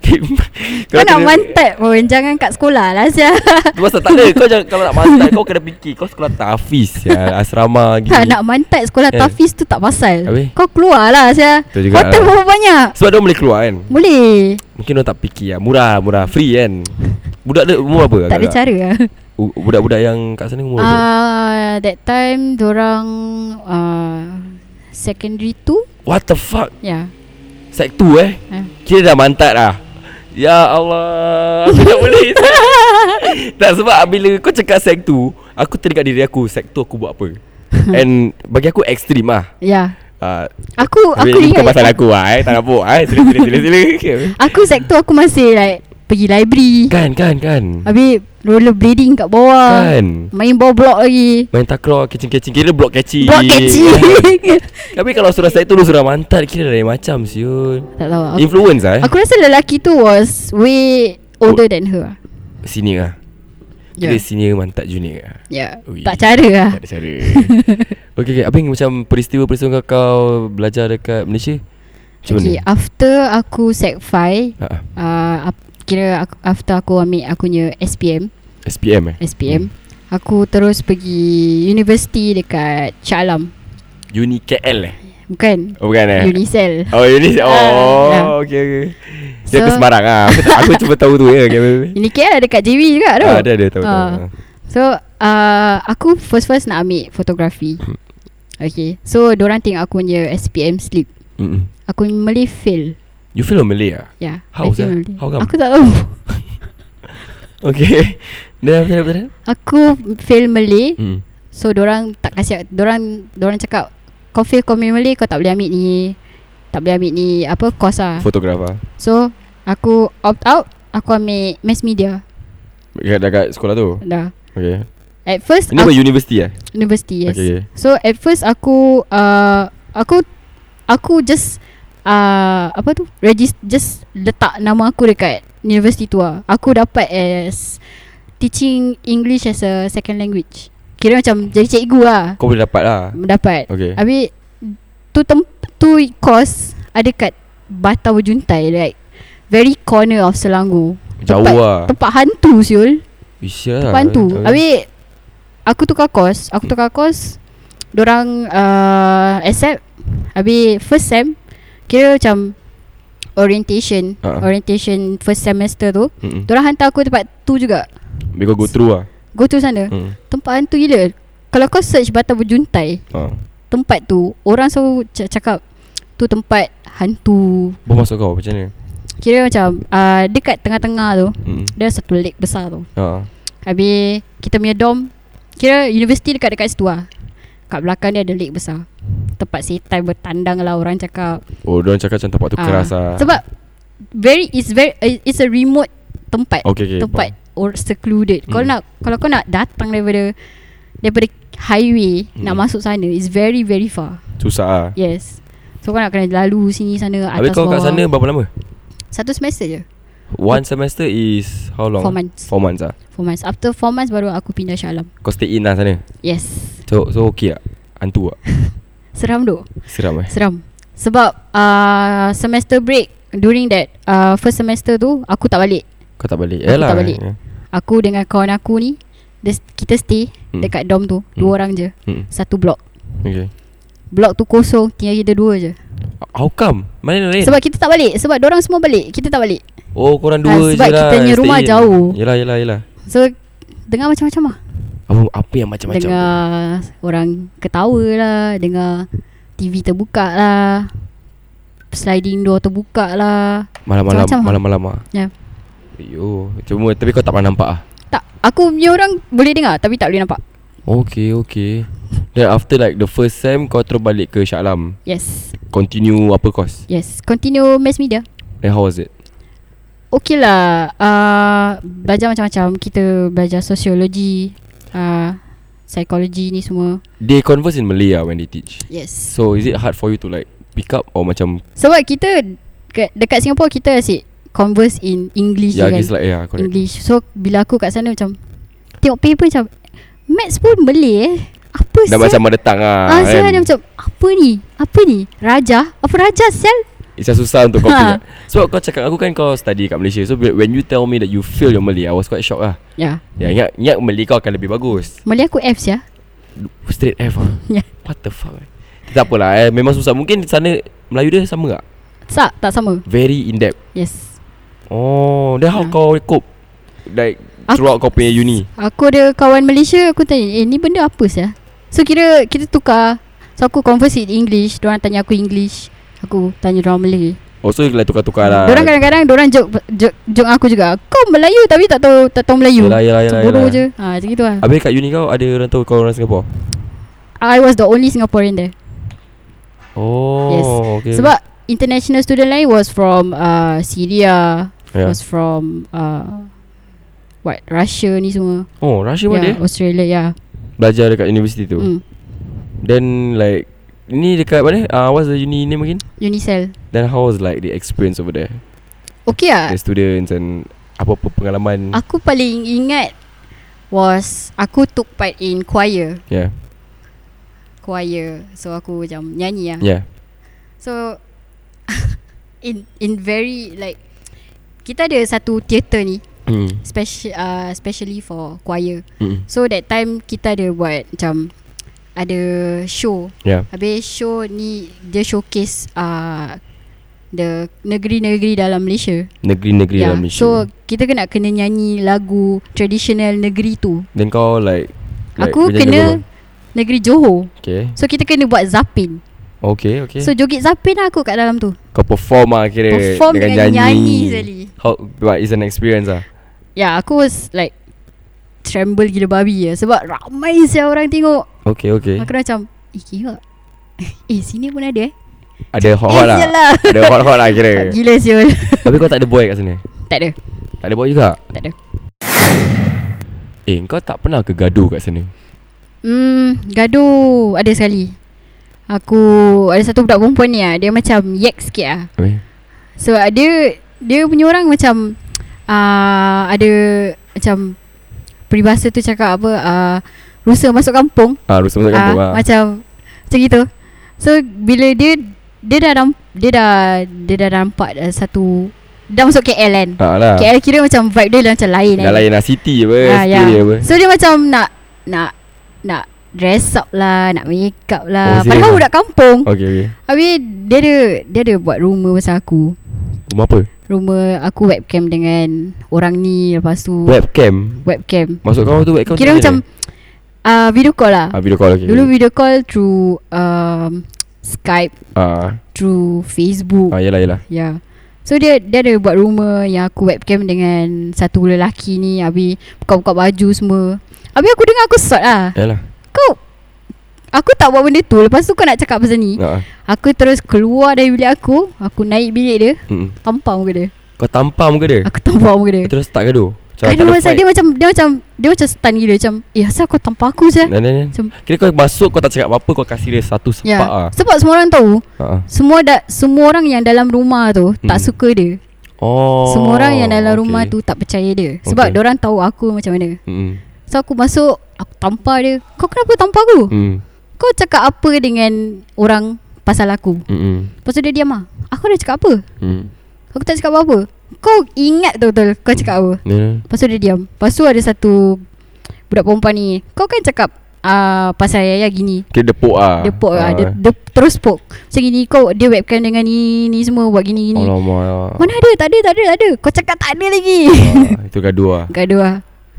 [SPEAKER 3] Kau nak mantat pun jangan kat sekolah lah Sia.
[SPEAKER 2] Tu pasal tak ada Kau jangan Kalau nak mantat Kau kena fikir Kau sekolah tahfiz ya, Asrama gini
[SPEAKER 3] Tak nak mantat sekolah
[SPEAKER 2] Eh.
[SPEAKER 3] tafiz tu tak pasal.
[SPEAKER 2] Habis?
[SPEAKER 3] Kau keluar lah Sia.
[SPEAKER 2] Betul juga
[SPEAKER 3] Hotel
[SPEAKER 2] lah.
[SPEAKER 3] berapa banyak?
[SPEAKER 2] Sebab dia boleh keluar kan
[SPEAKER 3] Boleh.
[SPEAKER 2] Mungkin dia tak fikir lah Murah Murah Free kan Budak dia umur apa
[SPEAKER 3] Tak ada
[SPEAKER 2] agak-agak?
[SPEAKER 3] cara lah.
[SPEAKER 2] U- Budak-budak yang kat sana umur berapa
[SPEAKER 3] Ah, that time dorang uh, secondary 2.
[SPEAKER 2] What the fuck
[SPEAKER 3] Ya.
[SPEAKER 2] Sek tu eh
[SPEAKER 3] Yeah.
[SPEAKER 2] Kira dah mantat lah Ya Allah Aku tak boleh Tak sebab bila kau cakap sek tu Aku teringat diri aku Sek tu aku buat apa And bagi aku ekstrim lah
[SPEAKER 3] Ya. Yeah.
[SPEAKER 2] uh,
[SPEAKER 3] Aku Oh, aku
[SPEAKER 2] Tapi ni bukan
[SPEAKER 3] ingat.
[SPEAKER 2] pasal aku lah eh Tak nak buat eh Sila sila sila sila
[SPEAKER 3] Aku sektor aku masih like pergi library.
[SPEAKER 2] Kan kan kan
[SPEAKER 3] Habis ah. rollerblading kat bawah.
[SPEAKER 2] Kan
[SPEAKER 3] Main bawah blok lagi.
[SPEAKER 2] Main takraw Kecing-kecing Kira blok catching
[SPEAKER 3] Blok kecil.
[SPEAKER 2] Tapi kalau surah saya tu Lu surah mantat Kira lain macam siul
[SPEAKER 3] tak tahu. Aku,
[SPEAKER 2] Influence lah eh
[SPEAKER 3] aku rasa lelaki tu was way older than her.
[SPEAKER 2] Senior lah Kira
[SPEAKER 3] Ya.
[SPEAKER 2] senior mantat junior lah
[SPEAKER 3] Ya.
[SPEAKER 2] Ui.
[SPEAKER 3] Tak cara lah.
[SPEAKER 2] Tak ada cara Okay, okay. Abang macam peristiwa-peristiwa kau, kau belajar dekat Malaysia Macam
[SPEAKER 3] Okay,
[SPEAKER 2] mana?
[SPEAKER 3] after aku sec 5,
[SPEAKER 2] Ha, ah.
[SPEAKER 3] uh, kira aku, after aku ambil aku punya SPM,
[SPEAKER 2] SPM eh?
[SPEAKER 3] SPM Aku terus pergi universiti dekat Shah Alam
[SPEAKER 2] Uni KL eh?
[SPEAKER 3] Bukan
[SPEAKER 2] Oh bukan eh?
[SPEAKER 3] Unisel
[SPEAKER 2] Oh Uni Oh
[SPEAKER 3] Ah, ah.
[SPEAKER 2] okay okay Dia
[SPEAKER 3] So-
[SPEAKER 2] aku Semarang ah. Aku, tak- aku cuma tahu tu ya okay, okay.
[SPEAKER 3] Ini KL dekat JB juga tu
[SPEAKER 2] Ah, ada ada tahu
[SPEAKER 3] Ah.
[SPEAKER 2] tahu.
[SPEAKER 3] So uh, aku first-first nak ambil fotografi
[SPEAKER 2] Hmm.
[SPEAKER 3] Okay So dorang tengok aku punya SPM slip
[SPEAKER 2] Mm-mm.
[SPEAKER 3] Aku Malay fail
[SPEAKER 2] You feel on Malay ah?
[SPEAKER 3] Ya yeah,
[SPEAKER 2] How
[SPEAKER 3] I fail
[SPEAKER 2] sia?
[SPEAKER 3] Malay.
[SPEAKER 2] How come?
[SPEAKER 3] Aku tak tahu
[SPEAKER 2] Okay Then after that, after that
[SPEAKER 3] Aku fail Malay
[SPEAKER 2] hmm.
[SPEAKER 3] So dorang tak kasi dorang dorang cakap kau fail kau punya Malay kau tak boleh ambil ni tak boleh ambil ni apa course ah.
[SPEAKER 2] Fotografer
[SPEAKER 3] So aku opt out aku ambil mass media
[SPEAKER 2] Dekat, dekat sekolah tu
[SPEAKER 3] dah.
[SPEAKER 2] Okay
[SPEAKER 3] At first
[SPEAKER 2] Ini apa universiti eh
[SPEAKER 3] university yes.
[SPEAKER 2] Okay
[SPEAKER 3] So at first aku uh, aku aku just uh, apa tu regis just letak nama aku dekat university tu ah. Aku dapat as teaching English as a second language. Kira macam jadi cikgu lah
[SPEAKER 2] Kau boleh dapat lah
[SPEAKER 3] Dapat
[SPEAKER 2] Okay
[SPEAKER 3] Habis tu tem tu course ada kat Batau Juntai like very corner of Selangor.
[SPEAKER 2] Jauh
[SPEAKER 3] tempat,
[SPEAKER 2] lah
[SPEAKER 3] Tempat hantu siul.
[SPEAKER 2] Isya
[SPEAKER 3] Tempat
[SPEAKER 2] ya.
[SPEAKER 3] hantu. Habis aku tukar course, aku
[SPEAKER 2] Hmm.
[SPEAKER 3] tukar course. Dorang uh, accept. Habis first sem kira macam orientation,
[SPEAKER 2] Ah.
[SPEAKER 3] uh-huh. orientation first semester tu.
[SPEAKER 2] Mm-mm.
[SPEAKER 3] Dorang hantar aku tempat tu juga.
[SPEAKER 2] Because go through lah
[SPEAKER 3] Go to sana.
[SPEAKER 2] hmm.
[SPEAKER 3] Tempat hantu gila. Kalau kau search Batau Juntai,
[SPEAKER 2] ha.
[SPEAKER 3] tempat tu orang selalu c- cakap tu tempat hantu.
[SPEAKER 2] Bawa masuk kau macam mana
[SPEAKER 3] Kira macam uh, dekat tengah-tengah tu
[SPEAKER 2] hmm.
[SPEAKER 3] dia satu lake besar tu.
[SPEAKER 2] ha.
[SPEAKER 3] Habis kita punya dorm kira universiti dekat-dekat situ lah. Kat belakang dia ada lake besar. Tempat setan bertandang lah orang cakap.
[SPEAKER 2] Oh diorang cakap macam tempat tu
[SPEAKER 3] Ah,
[SPEAKER 2] keras lah
[SPEAKER 3] Sebab very it's very uh, it's a remote tempat.
[SPEAKER 2] Okay, okay,
[SPEAKER 3] tempat or secluded. Hmm. Kalau
[SPEAKER 2] Hmm.
[SPEAKER 3] nak kalau kau nak datang daripada daripada highway hmm. nak
[SPEAKER 2] Hmm.
[SPEAKER 3] masuk sana it's very very far.
[SPEAKER 2] Susah lah
[SPEAKER 3] Yes So kau nak kena lalu sini sana
[SPEAKER 2] Habis
[SPEAKER 3] Ya, atas
[SPEAKER 2] kau
[SPEAKER 3] bawah.
[SPEAKER 2] kat sana berapa lama?
[SPEAKER 3] Satu semester je
[SPEAKER 2] One semester is how long?
[SPEAKER 3] Four months.
[SPEAKER 2] Four months lah
[SPEAKER 3] Four months After four months baru aku pindah Shah Alam
[SPEAKER 2] Kau stay in lah sana
[SPEAKER 3] Yes
[SPEAKER 2] So so okay lah Hantu lah
[SPEAKER 3] Seram duk
[SPEAKER 2] Seram eh
[SPEAKER 3] Seram Sebab uh, Semester break During that uh, First semester tu Aku tak balik
[SPEAKER 2] Kau tak balik Ya.
[SPEAKER 3] Aku tak balik. Aku dengan kawan aku ni dia, Kita stay
[SPEAKER 2] Hmm.
[SPEAKER 3] hmm. Dekat dorm tu hmm. Dua orang je
[SPEAKER 2] hmm.
[SPEAKER 3] Satu blok
[SPEAKER 2] Okay
[SPEAKER 3] Blok tu kosong Tinggal kita dua je
[SPEAKER 2] How come? Mana lain?
[SPEAKER 3] Sebab kita tak balik Sebab orang semua balik Kita tak balik
[SPEAKER 2] Oh korang
[SPEAKER 3] Ah,
[SPEAKER 2] dua je lah
[SPEAKER 3] sebab kita punya
[SPEAKER 2] yang
[SPEAKER 3] rumah
[SPEAKER 2] stay in.
[SPEAKER 3] jauh.
[SPEAKER 2] Yelah yelah yelah
[SPEAKER 3] So Dengar macam-macam lah
[SPEAKER 2] Apa, apa yang macam-macam tu?
[SPEAKER 3] Dengar orang ketawa lah Dengar TV terbuka lah Sliding door terbuka lah
[SPEAKER 2] Malam-malam
[SPEAKER 3] macam-macam.
[SPEAKER 2] Malam-malam lah
[SPEAKER 3] Ya.
[SPEAKER 2] Yo, cuma tapi kau tak pernah nampak ah.
[SPEAKER 3] Tak, aku punya orang boleh dengar tapi tak boleh nampak
[SPEAKER 2] Okay, okay. Then after like the first sem kau terus balik ke Shah Alam.
[SPEAKER 3] Yes,
[SPEAKER 2] Continue apa course?
[SPEAKER 3] yes Continue mass media
[SPEAKER 2] Then how was it?
[SPEAKER 3] Okay lah uh, Belajar macam-macam Kita belajar sosiologi uh, Psikologi ni semua
[SPEAKER 2] They converse in Malay ah when they teach.
[SPEAKER 3] Yes
[SPEAKER 2] So is it hard for you to like pick up or macam
[SPEAKER 3] Sebab kita dekat, dekat Singapore kita asyik Converse in English
[SPEAKER 2] yeah,
[SPEAKER 3] je kan
[SPEAKER 2] it's like yeah, correct.
[SPEAKER 3] English So bila aku kat sana macam Tengok paper macam Maths pun Malay eh Apa
[SPEAKER 2] Dah
[SPEAKER 3] sel
[SPEAKER 2] macam mother tongue ah.
[SPEAKER 3] Ah, sel dia macam Apa ni Apa ni Raja Apa raja sel
[SPEAKER 2] It's just susah untuk kau
[SPEAKER 3] Ha.
[SPEAKER 2] punya Sebab kau cakap Aku kan kau study kat Malaysia So when you tell me That you fail your Malay I was quite shocked lah
[SPEAKER 3] Ya
[SPEAKER 2] Ya ingat, ingat Malay kau akan lebih bagus
[SPEAKER 3] Malay aku F ya
[SPEAKER 2] Straight F ah.
[SPEAKER 3] Ya
[SPEAKER 2] What the fuck eh? Tak apalah eh. Memang susah Mungkin sana Melayu dia sama tak?
[SPEAKER 3] Tak tak sama
[SPEAKER 2] Very in depth
[SPEAKER 3] Yes
[SPEAKER 2] Oh Then how
[SPEAKER 3] Ha.
[SPEAKER 2] kau cope Like
[SPEAKER 3] Aku-
[SPEAKER 2] Throughout kau punya uni
[SPEAKER 3] Aku ada kawan Malaysia Aku tanya Eh ni benda apa sel So kira Kita tukar So aku converse in English Diorang tanya aku English Aku tanya diorang Malay
[SPEAKER 2] Oh so like tukar-tukar lah
[SPEAKER 3] Diorang kadang-kadang Diorang joke, joke, joke aku juga Kau Melayu Tapi tak tahu Tak tahu Melayu
[SPEAKER 2] Yelah yelah yelah,
[SPEAKER 3] Bodoh
[SPEAKER 2] yelah.
[SPEAKER 3] je ha, Macam gitu lah
[SPEAKER 2] Habis kat uni kau Ada orang tahu kau orang Singapore
[SPEAKER 3] I was the only Singaporean there
[SPEAKER 2] Oh
[SPEAKER 3] Yes.
[SPEAKER 2] okay.
[SPEAKER 3] Sebab international student lain was from uh, Syria, yeah.
[SPEAKER 2] yeah.
[SPEAKER 3] was from uh, what Russia ni semua.
[SPEAKER 2] Oh Russia pun
[SPEAKER 3] Yeah,
[SPEAKER 2] dia
[SPEAKER 3] Australia ya.
[SPEAKER 2] Belajar dekat universiti tu
[SPEAKER 3] Yeah. Mm.
[SPEAKER 2] Then like Ni dekat mana? Uh, what's the uni name again?
[SPEAKER 3] Unicel.
[SPEAKER 2] Then how was like the experience over there?
[SPEAKER 3] Okay ah.
[SPEAKER 2] The students and apa-apa pengalaman?
[SPEAKER 3] Aku paling ingat was aku took part in choir,
[SPEAKER 2] yeah.
[SPEAKER 3] choir. So aku macam nyanyi ah.
[SPEAKER 2] Yeah.
[SPEAKER 3] So in in very like kita ada satu teater ni
[SPEAKER 2] Hmm.
[SPEAKER 3] special uh, specially for choir.
[SPEAKER 2] Hmm.
[SPEAKER 3] So that time kita ada buat macam ada show.
[SPEAKER 2] Yeah.
[SPEAKER 3] Habis show ni dia showcase uh, the negeri-negeri dalam Malaysia.
[SPEAKER 2] Negeri-negeri yeah. dalam Malaysia.
[SPEAKER 3] Ya, So kita kena kena nyanyi lagu tradisional negeri tu.
[SPEAKER 2] then kau like, like
[SPEAKER 3] Aku
[SPEAKER 2] berjalan
[SPEAKER 3] kena
[SPEAKER 2] dulu.
[SPEAKER 3] negeri Johor.
[SPEAKER 2] Okay.
[SPEAKER 3] So kita kena buat zapin.
[SPEAKER 2] Okay, okay.
[SPEAKER 3] Okay.
[SPEAKER 2] So,
[SPEAKER 3] So joget zapin lah aku kat dalam tu.
[SPEAKER 2] kau perform lah kira
[SPEAKER 3] Perform dengan nyanyi sekali.
[SPEAKER 2] How, but it's an experience lah.
[SPEAKER 3] yeah, aku was like tremble gila babi ya sebab ramai saya orang tengok.
[SPEAKER 2] Okay okay
[SPEAKER 3] Aku macam, eh gila. Eh sini pun ada eh.
[SPEAKER 2] Ada hot-hot lah
[SPEAKER 3] sialah.
[SPEAKER 2] Ada hot-hot lah kira
[SPEAKER 3] Gila siul.
[SPEAKER 2] Tapi kau tak ada boy kat sana
[SPEAKER 3] tak ada.
[SPEAKER 2] Tak ada boy juga
[SPEAKER 3] Tak ada.
[SPEAKER 2] Eh kau tak pernah ke gaduh kat sana
[SPEAKER 3] Hmm, gaduh ada sekali. Aku ada satu budak perempuan ni ah, dia macam yak sikit ah.
[SPEAKER 2] Habis?
[SPEAKER 3] Sebab dia dia punya orang macam uh, ada macam peribahasa tu cakap apa uh, rusa masuk kampung.
[SPEAKER 2] Ah, rusuh masuk kampung
[SPEAKER 3] Ah,
[SPEAKER 2] lah
[SPEAKER 3] Macam macam gitu. So bila dia dia dah namp- dia dah dia dah nampak uh, satu dia dah masuk KL kan.
[SPEAKER 2] Ah, lah.
[SPEAKER 3] KL kira macam vibe dia lah macam lain
[SPEAKER 2] Dah lain lah City apa
[SPEAKER 3] Ah,
[SPEAKER 2] City dia apa
[SPEAKER 3] So dia macam nak nak nak dress up lah, nak make up
[SPEAKER 2] Oh,
[SPEAKER 3] lah. Oh,
[SPEAKER 2] serious
[SPEAKER 3] Padahal
[SPEAKER 2] ah?
[SPEAKER 3] budak kampung.
[SPEAKER 2] Okay okay
[SPEAKER 3] Habis dia ada dia ada buat rumor pasal aku.
[SPEAKER 2] Rumah apa
[SPEAKER 3] Rumor aku webcam dengan orang ni lepas tu
[SPEAKER 2] Webcam
[SPEAKER 3] webcam.
[SPEAKER 2] Masuk kau tu webcam
[SPEAKER 3] Kira
[SPEAKER 2] tu
[SPEAKER 3] macam uh, video call lah.
[SPEAKER 2] mana? ah, Video call okay
[SPEAKER 3] Dulu video call through um, Skype,
[SPEAKER 2] ah,
[SPEAKER 3] through Facebook.
[SPEAKER 2] ah, Yelah yelah
[SPEAKER 3] Ya. Yeah. So dia dia ada buat rumor yang aku webcam dengan satu lelaki ni habis buka-buka baju semua. Habis aku dengar aku sort lah.
[SPEAKER 2] Yalah
[SPEAKER 3] Kau Aku tak buat benda tu Lepas tu kau nak cakap pasal ni
[SPEAKER 2] ah.
[SPEAKER 3] Aku terus keluar dari bilik aku Aku naik bilik dia
[SPEAKER 2] Mm.
[SPEAKER 3] Tampar muka dia
[SPEAKER 2] Kau tampar muka dia
[SPEAKER 3] Aku tampar muka dia
[SPEAKER 2] Terus tak gaduh Macam
[SPEAKER 3] Ada masa
[SPEAKER 2] fight.
[SPEAKER 3] dia macam Dia macam Dia macam stun gila Macam Eh asal kau tampar aku je
[SPEAKER 2] Nah, nah, nah.
[SPEAKER 3] Macam
[SPEAKER 2] Kira kau masuk kau tak cakap apa-apa Kau kasi dia satu sepak
[SPEAKER 3] Ya
[SPEAKER 2] ah.
[SPEAKER 3] Sebab semua orang tahu
[SPEAKER 2] Ah.
[SPEAKER 3] Semua da, semua orang yang dalam rumah tu Tak
[SPEAKER 2] Mm.
[SPEAKER 3] suka dia
[SPEAKER 2] Oh
[SPEAKER 3] Semua orang yang dalam
[SPEAKER 2] okay.
[SPEAKER 3] rumah tu Tak percaya dia Sebab
[SPEAKER 2] Okay.
[SPEAKER 3] orang tahu aku macam mana
[SPEAKER 2] Mm.
[SPEAKER 3] So aku masuk Aku tampar dia Kau kenapa tampar aku?
[SPEAKER 2] Mm.
[SPEAKER 3] Kau cakap apa dengan Orang pasal aku
[SPEAKER 2] Mm. Mm.
[SPEAKER 3] Lepas tu dia diam lah Aku dah cakap apa?
[SPEAKER 2] Mm.
[SPEAKER 3] Aku tak cakap apa-apa Kau ingat betul-betul Kau cakap apa
[SPEAKER 2] Nah, nah.
[SPEAKER 3] Lepas tu dia diam Lepas tu ada satu Budak perempuan ni Kau kan cakap uh, Pasal Yaya gini
[SPEAKER 2] Kira depok ah.
[SPEAKER 3] Dia poke lah dia, dia terus poke Macam gini kau Dia webcam dengan ni Ni semua buat gini gini
[SPEAKER 2] Alamak ya.
[SPEAKER 3] Mana ada tak ada tak ada tak ada Kau cakap tak ada lagi
[SPEAKER 2] ah, Itu gaduh ah.
[SPEAKER 3] Gaduh lah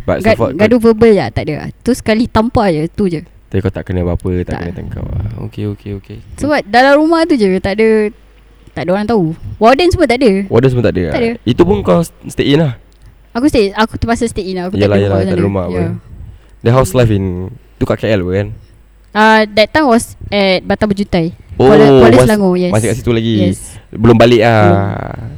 [SPEAKER 2] But so
[SPEAKER 3] Gad,
[SPEAKER 2] far, kau-
[SPEAKER 3] Gaduh verbal lah Tak ada lah Tu sekali tampar je Tu je
[SPEAKER 2] Tapi kau tak kena apa-apa Tak,
[SPEAKER 3] Tak.
[SPEAKER 2] kena tangkap ah. Okay okay okay
[SPEAKER 3] Sebab dalam rumah tu je Tak ada Tak ada orang tahu Warden semua tak ada
[SPEAKER 2] Warden semua tak ada,
[SPEAKER 3] Tak
[SPEAKER 2] ah?
[SPEAKER 3] ada.
[SPEAKER 2] Itu pun kau stay in lah
[SPEAKER 3] Aku stay Aku terpaksa stay in lah Aku
[SPEAKER 2] Yelah
[SPEAKER 3] tak ada
[SPEAKER 2] yelah
[SPEAKER 3] rumah
[SPEAKER 2] Tak ada
[SPEAKER 3] sana.
[SPEAKER 2] rumah apa
[SPEAKER 3] Ya.
[SPEAKER 2] The house life in Tu kat KL pun kan
[SPEAKER 3] Uh, that time was at Batam Berjutai.
[SPEAKER 2] Oh,
[SPEAKER 3] Kuala, Kuala
[SPEAKER 2] mas-
[SPEAKER 3] Selangor, yes.
[SPEAKER 2] Masih kat situ lagi
[SPEAKER 3] Yes.
[SPEAKER 2] Belum balik ah.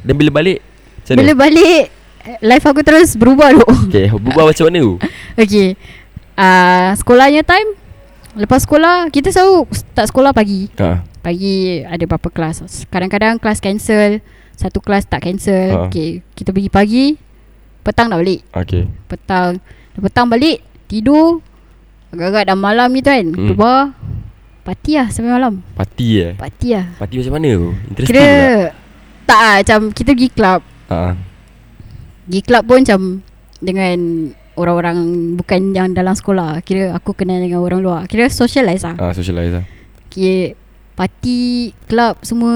[SPEAKER 2] Dan bila balik Macam
[SPEAKER 3] Bila
[SPEAKER 2] mana?
[SPEAKER 3] balik, eh, life aku terus berubah tu.
[SPEAKER 2] Okay Berubah macam mana tu
[SPEAKER 3] okay. Uh, sekolahnya time, lepas sekolah, kita selalu start sekolah pagi.
[SPEAKER 2] ah.
[SPEAKER 3] Pagi ada berapa kelas. Kadang-kadang kelas cancel. Satu kelas
[SPEAKER 2] Ah.
[SPEAKER 3] tak cancel. Okay. Kita pergi pagi, petang nak balik.
[SPEAKER 2] Okay
[SPEAKER 3] Petang. Dah petang balik, tidur. Agak-agak dah malam ni tu kan.
[SPEAKER 2] Hmm.
[SPEAKER 3] Keluar. Party lah sampai malam.
[SPEAKER 2] Party eh
[SPEAKER 3] Party lah.
[SPEAKER 2] Party macam mana tu Interesting
[SPEAKER 3] Kira
[SPEAKER 2] tak
[SPEAKER 3] Tak lah Macam kita pergi club
[SPEAKER 2] ah.
[SPEAKER 3] Pergi club pun macam Dengan Orang-orang Bukan yang dalam sekolah Kira aku kenal dengan orang luar Kira socialise lah
[SPEAKER 2] ah, Socialize lah
[SPEAKER 3] Kira Party Club Semua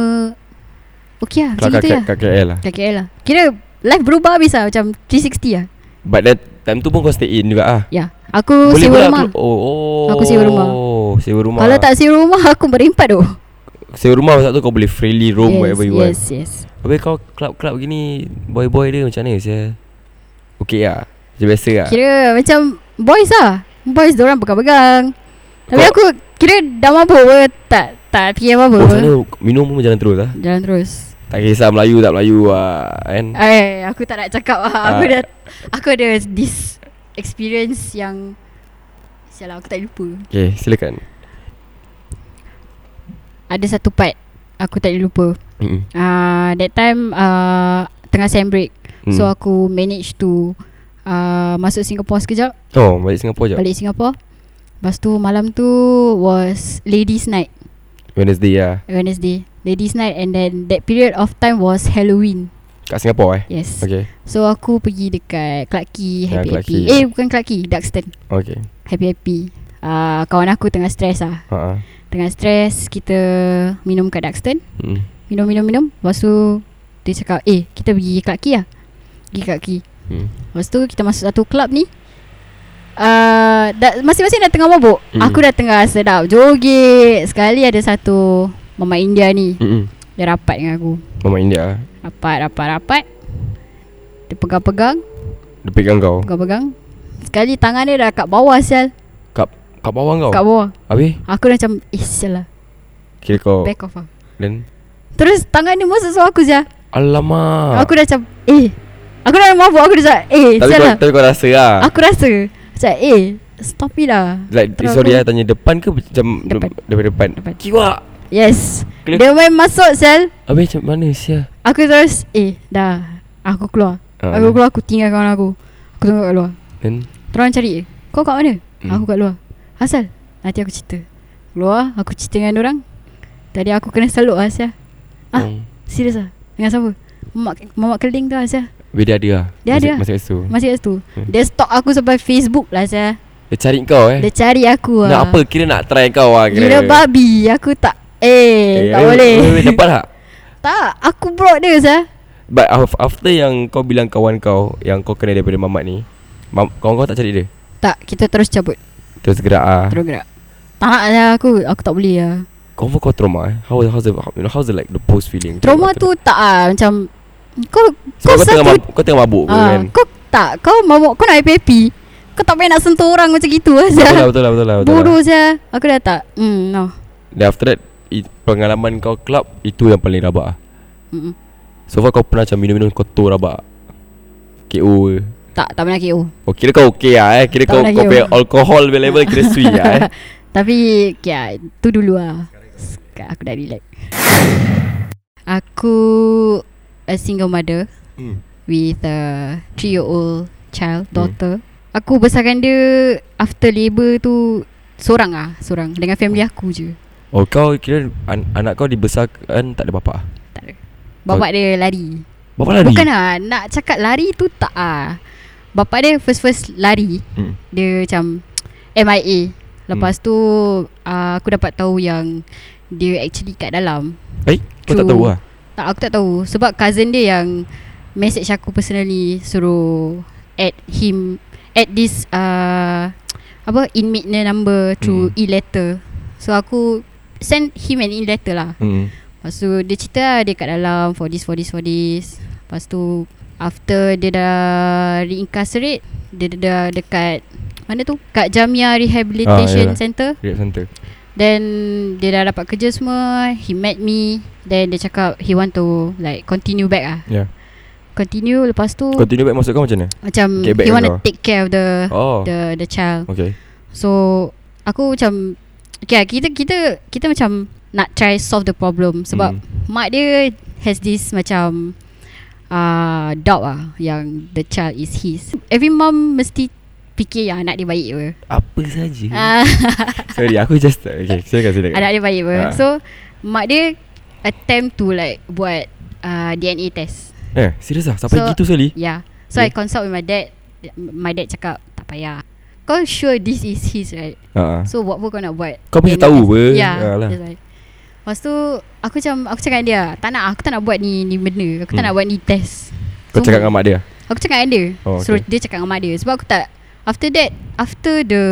[SPEAKER 3] Okay lah
[SPEAKER 2] Kat
[SPEAKER 3] Macam gitu
[SPEAKER 2] kat-
[SPEAKER 3] lah
[SPEAKER 2] kat KL lah
[SPEAKER 3] Kat KL lah Kira Life berubah habis lah Macam 360 lah
[SPEAKER 2] But that time tu pun kau stay in juga ah.
[SPEAKER 3] Ya Aku
[SPEAKER 2] Boleh
[SPEAKER 3] sewa
[SPEAKER 2] pula
[SPEAKER 3] rumah
[SPEAKER 2] kelu- Oh, oh.
[SPEAKER 3] Aku sewa rumah.
[SPEAKER 2] Sewa rumah.
[SPEAKER 3] Kalau tak sewa rumah Aku berempat tu
[SPEAKER 2] sewa rumah masa tu kau boleh freely roam yes, wherever you yes.
[SPEAKER 3] yes, yes
[SPEAKER 2] want. Habis kau club-club gini boy-boy dia macam mana saya? Okay lah. Macam biasa lah.
[SPEAKER 3] Kira macam Boys lah Boys orang pegang-pegang Tapi
[SPEAKER 2] Kau-
[SPEAKER 3] aku Kira dah mabuk pun Tak Tak fikir apa-apa
[SPEAKER 2] Oh,
[SPEAKER 3] pun.
[SPEAKER 2] macam mana minum pun jalan terus lah.
[SPEAKER 3] Jalan terus
[SPEAKER 2] Tak kisah Melayu tak Melayu lah. Kan?
[SPEAKER 3] Eh aku tak nak cakap lah Aku
[SPEAKER 2] Ah.
[SPEAKER 3] dah Aku ada this Experience yang Sialah aku tak lupa
[SPEAKER 2] Okay, silakan.
[SPEAKER 3] Ada satu part Aku tak boleh lupa
[SPEAKER 2] Mm-mm.
[SPEAKER 3] uh, That time uh, Tengah sem break
[SPEAKER 2] Mm.
[SPEAKER 3] So aku manage to uh, Masuk Singapore sekejap
[SPEAKER 2] Oh, balik Singapura je.
[SPEAKER 3] Balik Singapore Lepas tu malam tu Was Ladies night
[SPEAKER 2] Wednesday lah.
[SPEAKER 3] Wednesday Ladies night And then that period of time was Halloween
[SPEAKER 2] Kat Singapura eh?
[SPEAKER 3] Yes
[SPEAKER 2] Okay.
[SPEAKER 3] okay. So aku pergi dekat Clarke Quay
[SPEAKER 2] Ya,
[SPEAKER 3] Happy
[SPEAKER 2] Clarke
[SPEAKER 3] Happy
[SPEAKER 2] Quay.
[SPEAKER 3] Eh bukan Clarke Quay Duxton
[SPEAKER 2] Okay.
[SPEAKER 3] Happy Happy uh, Kawan aku tengah stress lah
[SPEAKER 2] Ha-ha.
[SPEAKER 3] Tengah stress Kita minum kat Duxton
[SPEAKER 2] Mm.
[SPEAKER 3] Minum-minum-minum Lepas tu Dia cakap Eh kita pergi Clarke Quay lah Pergi Clarke Quay
[SPEAKER 2] Hmm.
[SPEAKER 3] Lepas tu kita masuk satu club ni Uh, dah, masing-masing dah tengah mabuk
[SPEAKER 2] Hmm.
[SPEAKER 3] Aku dah tengah sedap Joget Sekali ada satu Mama India ni
[SPEAKER 2] Mm-mm.
[SPEAKER 3] Dia rapat dengan aku
[SPEAKER 2] Mama Hmm. India lah.
[SPEAKER 3] Rapat, rapat, rapat Dia pegang-pegang
[SPEAKER 2] Dia Dia pegang kau
[SPEAKER 3] Kau pegang Sekali tangan dia dah kat bawah sial
[SPEAKER 2] Kat, kat bawah kau
[SPEAKER 3] oh. Kat bawah
[SPEAKER 2] Habis
[SPEAKER 3] Aku dah macam Eh sial lah
[SPEAKER 2] Kira kau
[SPEAKER 3] Back off lah
[SPEAKER 2] Then
[SPEAKER 3] Terus tangan dia masuk suruh aku sial
[SPEAKER 2] Alamak
[SPEAKER 3] Aku dah macam Eh Aku dah mabuk Aku dah macam Eh
[SPEAKER 2] Ah. Tapi
[SPEAKER 3] sial
[SPEAKER 2] kau,
[SPEAKER 3] lah
[SPEAKER 2] tapi kau rasa lah
[SPEAKER 3] Aku rasa Macam eh Stop it lah
[SPEAKER 2] Like
[SPEAKER 3] Terus
[SPEAKER 2] sorry
[SPEAKER 3] aku-
[SPEAKER 2] lah Tanya depan ke macam
[SPEAKER 3] Depan.
[SPEAKER 2] de- Daripada depan,
[SPEAKER 3] Depan.
[SPEAKER 2] Kiwa
[SPEAKER 3] Yes
[SPEAKER 2] Kena-
[SPEAKER 3] Dia main masuk sel
[SPEAKER 2] Habis macam mana Sia
[SPEAKER 3] Aku terus Eh dah Aku keluar
[SPEAKER 2] Ah.
[SPEAKER 3] Aku keluar aku tinggal kawan aku Aku tunggu kat luar
[SPEAKER 2] Then
[SPEAKER 3] Terus cari eh, Kau kat mana
[SPEAKER 2] Hmm.
[SPEAKER 3] hmm. Aku kat luar Asal Nanti aku cerita Keluar Aku cerita dengan orang Tadi aku kena seluk lah Asya Ah.
[SPEAKER 2] um,
[SPEAKER 3] Serius lah Dengan siapa Mamak, mamak keling tu Asya
[SPEAKER 2] Dia ada lah
[SPEAKER 3] Dia ada lah.
[SPEAKER 2] Masa kat situ
[SPEAKER 3] Masih kat situ
[SPEAKER 2] Hmm.
[SPEAKER 3] Dia stalk aku sampai Facebook lah Asya
[SPEAKER 2] Dia cari kau eh
[SPEAKER 3] Dia cari aku lah
[SPEAKER 2] Nak apa Kira nak try kau lah
[SPEAKER 3] Kira babi Aku tak Eh, tak
[SPEAKER 2] wait,
[SPEAKER 3] boleh
[SPEAKER 2] wait, wait, Dapat tak
[SPEAKER 3] Tak Aku block dia Asya
[SPEAKER 2] lah. But af- after yang kau bilang kawan kau Yang kau kena daripada mamat ni mam, Kawan kau tak cari dia
[SPEAKER 3] Tak Kita terus cabut
[SPEAKER 2] Terus gerak ah.
[SPEAKER 3] Terus gerak Tak nak lah aku Aku tak boleh lah
[SPEAKER 2] Confirm kau trauma eh How, how's the how, you know, How's the like The post feeling
[SPEAKER 3] Trauma tu tak lah Macam Kau
[SPEAKER 2] Sebab
[SPEAKER 3] Kau
[SPEAKER 2] kau tengah,
[SPEAKER 3] satu
[SPEAKER 2] mabuk, kau tengah mabuk ke
[SPEAKER 3] ah,
[SPEAKER 2] kan
[SPEAKER 3] Kau tak Kau mabuk Kau nak happy-happy Kau tak payah nak sentuh orang Macam gitu lah
[SPEAKER 2] Betul lah
[SPEAKER 3] Zah
[SPEAKER 2] betul lah betul lah, betul lah.
[SPEAKER 3] Bodoh Zah Aku dah tak Hmm no
[SPEAKER 2] Then after that i- Pengalaman kau club Itu yang paling rabak ah.
[SPEAKER 3] Mm-mm.
[SPEAKER 2] So far kau pernah macam minum-minum Kau tour rabak KO ke?
[SPEAKER 3] Tak tak pernah KO
[SPEAKER 2] Oh kira kau okay lah eh Kira
[SPEAKER 3] Tak
[SPEAKER 2] kau,
[SPEAKER 3] pernah
[SPEAKER 2] kau
[SPEAKER 3] KO.
[SPEAKER 2] punya alcohol punya level Kira sui lah eh
[SPEAKER 3] Tapi okay, lah, Itu dulu lah Sekarang aku dah relax Aku A single mother
[SPEAKER 2] Hmm.
[SPEAKER 3] With a Three year old Child Daughter Aku besarkan dia After labour tu Seorang ah Seorang Dengan family aku je
[SPEAKER 2] Oh kau kira an- Anak kau dibesarkan Tak ada bapak ah?
[SPEAKER 3] Tak ada
[SPEAKER 2] Oh.
[SPEAKER 3] Bapak dia lari
[SPEAKER 2] Bapak lari
[SPEAKER 3] Bukan lah Nak cakap lari tu tak ah. Bapak dia first-first lari
[SPEAKER 2] Hmm.
[SPEAKER 3] Dia macam MIA Lepas tu uh, Aku dapat tahu yang Dia actually kat dalam
[SPEAKER 2] Eh kau tak
[SPEAKER 3] True.
[SPEAKER 2] tahu lah
[SPEAKER 3] Tak aku tak tahu Sebab cousin dia yang Message aku personally Suruh Add him Add this uh, Apa Inmate ni number Through
[SPEAKER 2] Hmm.
[SPEAKER 3] e-letter So aku Send him an e-letter lah
[SPEAKER 2] hmm.
[SPEAKER 3] Lepas tu dia cerita lah dia kat dalam for this, for this, for this. Lepas tu after dia dah reincarcerate, dia dah dekat mana tu? Kat Jamia Rehabilitation
[SPEAKER 2] Ah, yalah.
[SPEAKER 3] ah, Center.
[SPEAKER 2] Rehab center
[SPEAKER 3] Then dia dah dapat kerja semua, he met me. Then dia cakap he want to like continue back ah.
[SPEAKER 2] Ya yeah.
[SPEAKER 3] Continue lepas tu
[SPEAKER 2] Continue back maksud kau macam mana
[SPEAKER 3] macam
[SPEAKER 2] get back
[SPEAKER 3] he want to
[SPEAKER 2] dengan kau.
[SPEAKER 3] take care of the
[SPEAKER 2] Oh
[SPEAKER 3] the the child.
[SPEAKER 2] Okay
[SPEAKER 3] So aku macam okay, lah, kita kita kita macam nak try solve the
[SPEAKER 2] Hmm.
[SPEAKER 3] problem sebab mm. mak dia has this macam uh, doubt ah yang the child is his. Every mom mesti fikir yang anak dia baik apa.
[SPEAKER 2] Apa saja
[SPEAKER 3] Ah,
[SPEAKER 2] Sorry aku just Okay silakan silakan
[SPEAKER 3] anak dia baik apa.
[SPEAKER 2] Ah.
[SPEAKER 3] So mak dia attempt to like buat uh, DNA test.
[SPEAKER 2] Eh serius lah Sampai
[SPEAKER 3] So-
[SPEAKER 2] gitu sekali
[SPEAKER 3] Yeah. So
[SPEAKER 2] Okay.
[SPEAKER 3] I consult with my dad. My dad cakap tak payah. Kau sure this is his right?
[SPEAKER 2] Ha.
[SPEAKER 3] So what pun kau nak buat
[SPEAKER 2] Kau mesti
[SPEAKER 3] And
[SPEAKER 2] tahu
[SPEAKER 3] lepas-
[SPEAKER 2] apa.
[SPEAKER 3] Ya
[SPEAKER 2] Ah, lah.
[SPEAKER 3] that's why. Lepas tu Aku macam Aku cakap dengan dia Tak nak aku tak nak buat ni Ni benda Aku tak
[SPEAKER 2] Hmm.
[SPEAKER 3] nak buat ni test
[SPEAKER 2] Kau cakap dengan mak dia
[SPEAKER 3] Aku cakap dengan
[SPEAKER 2] Oh,
[SPEAKER 3] dia oh,
[SPEAKER 2] okay.
[SPEAKER 3] okay. Suruh dia cakap dengan mak dia Sebab aku tak After that After the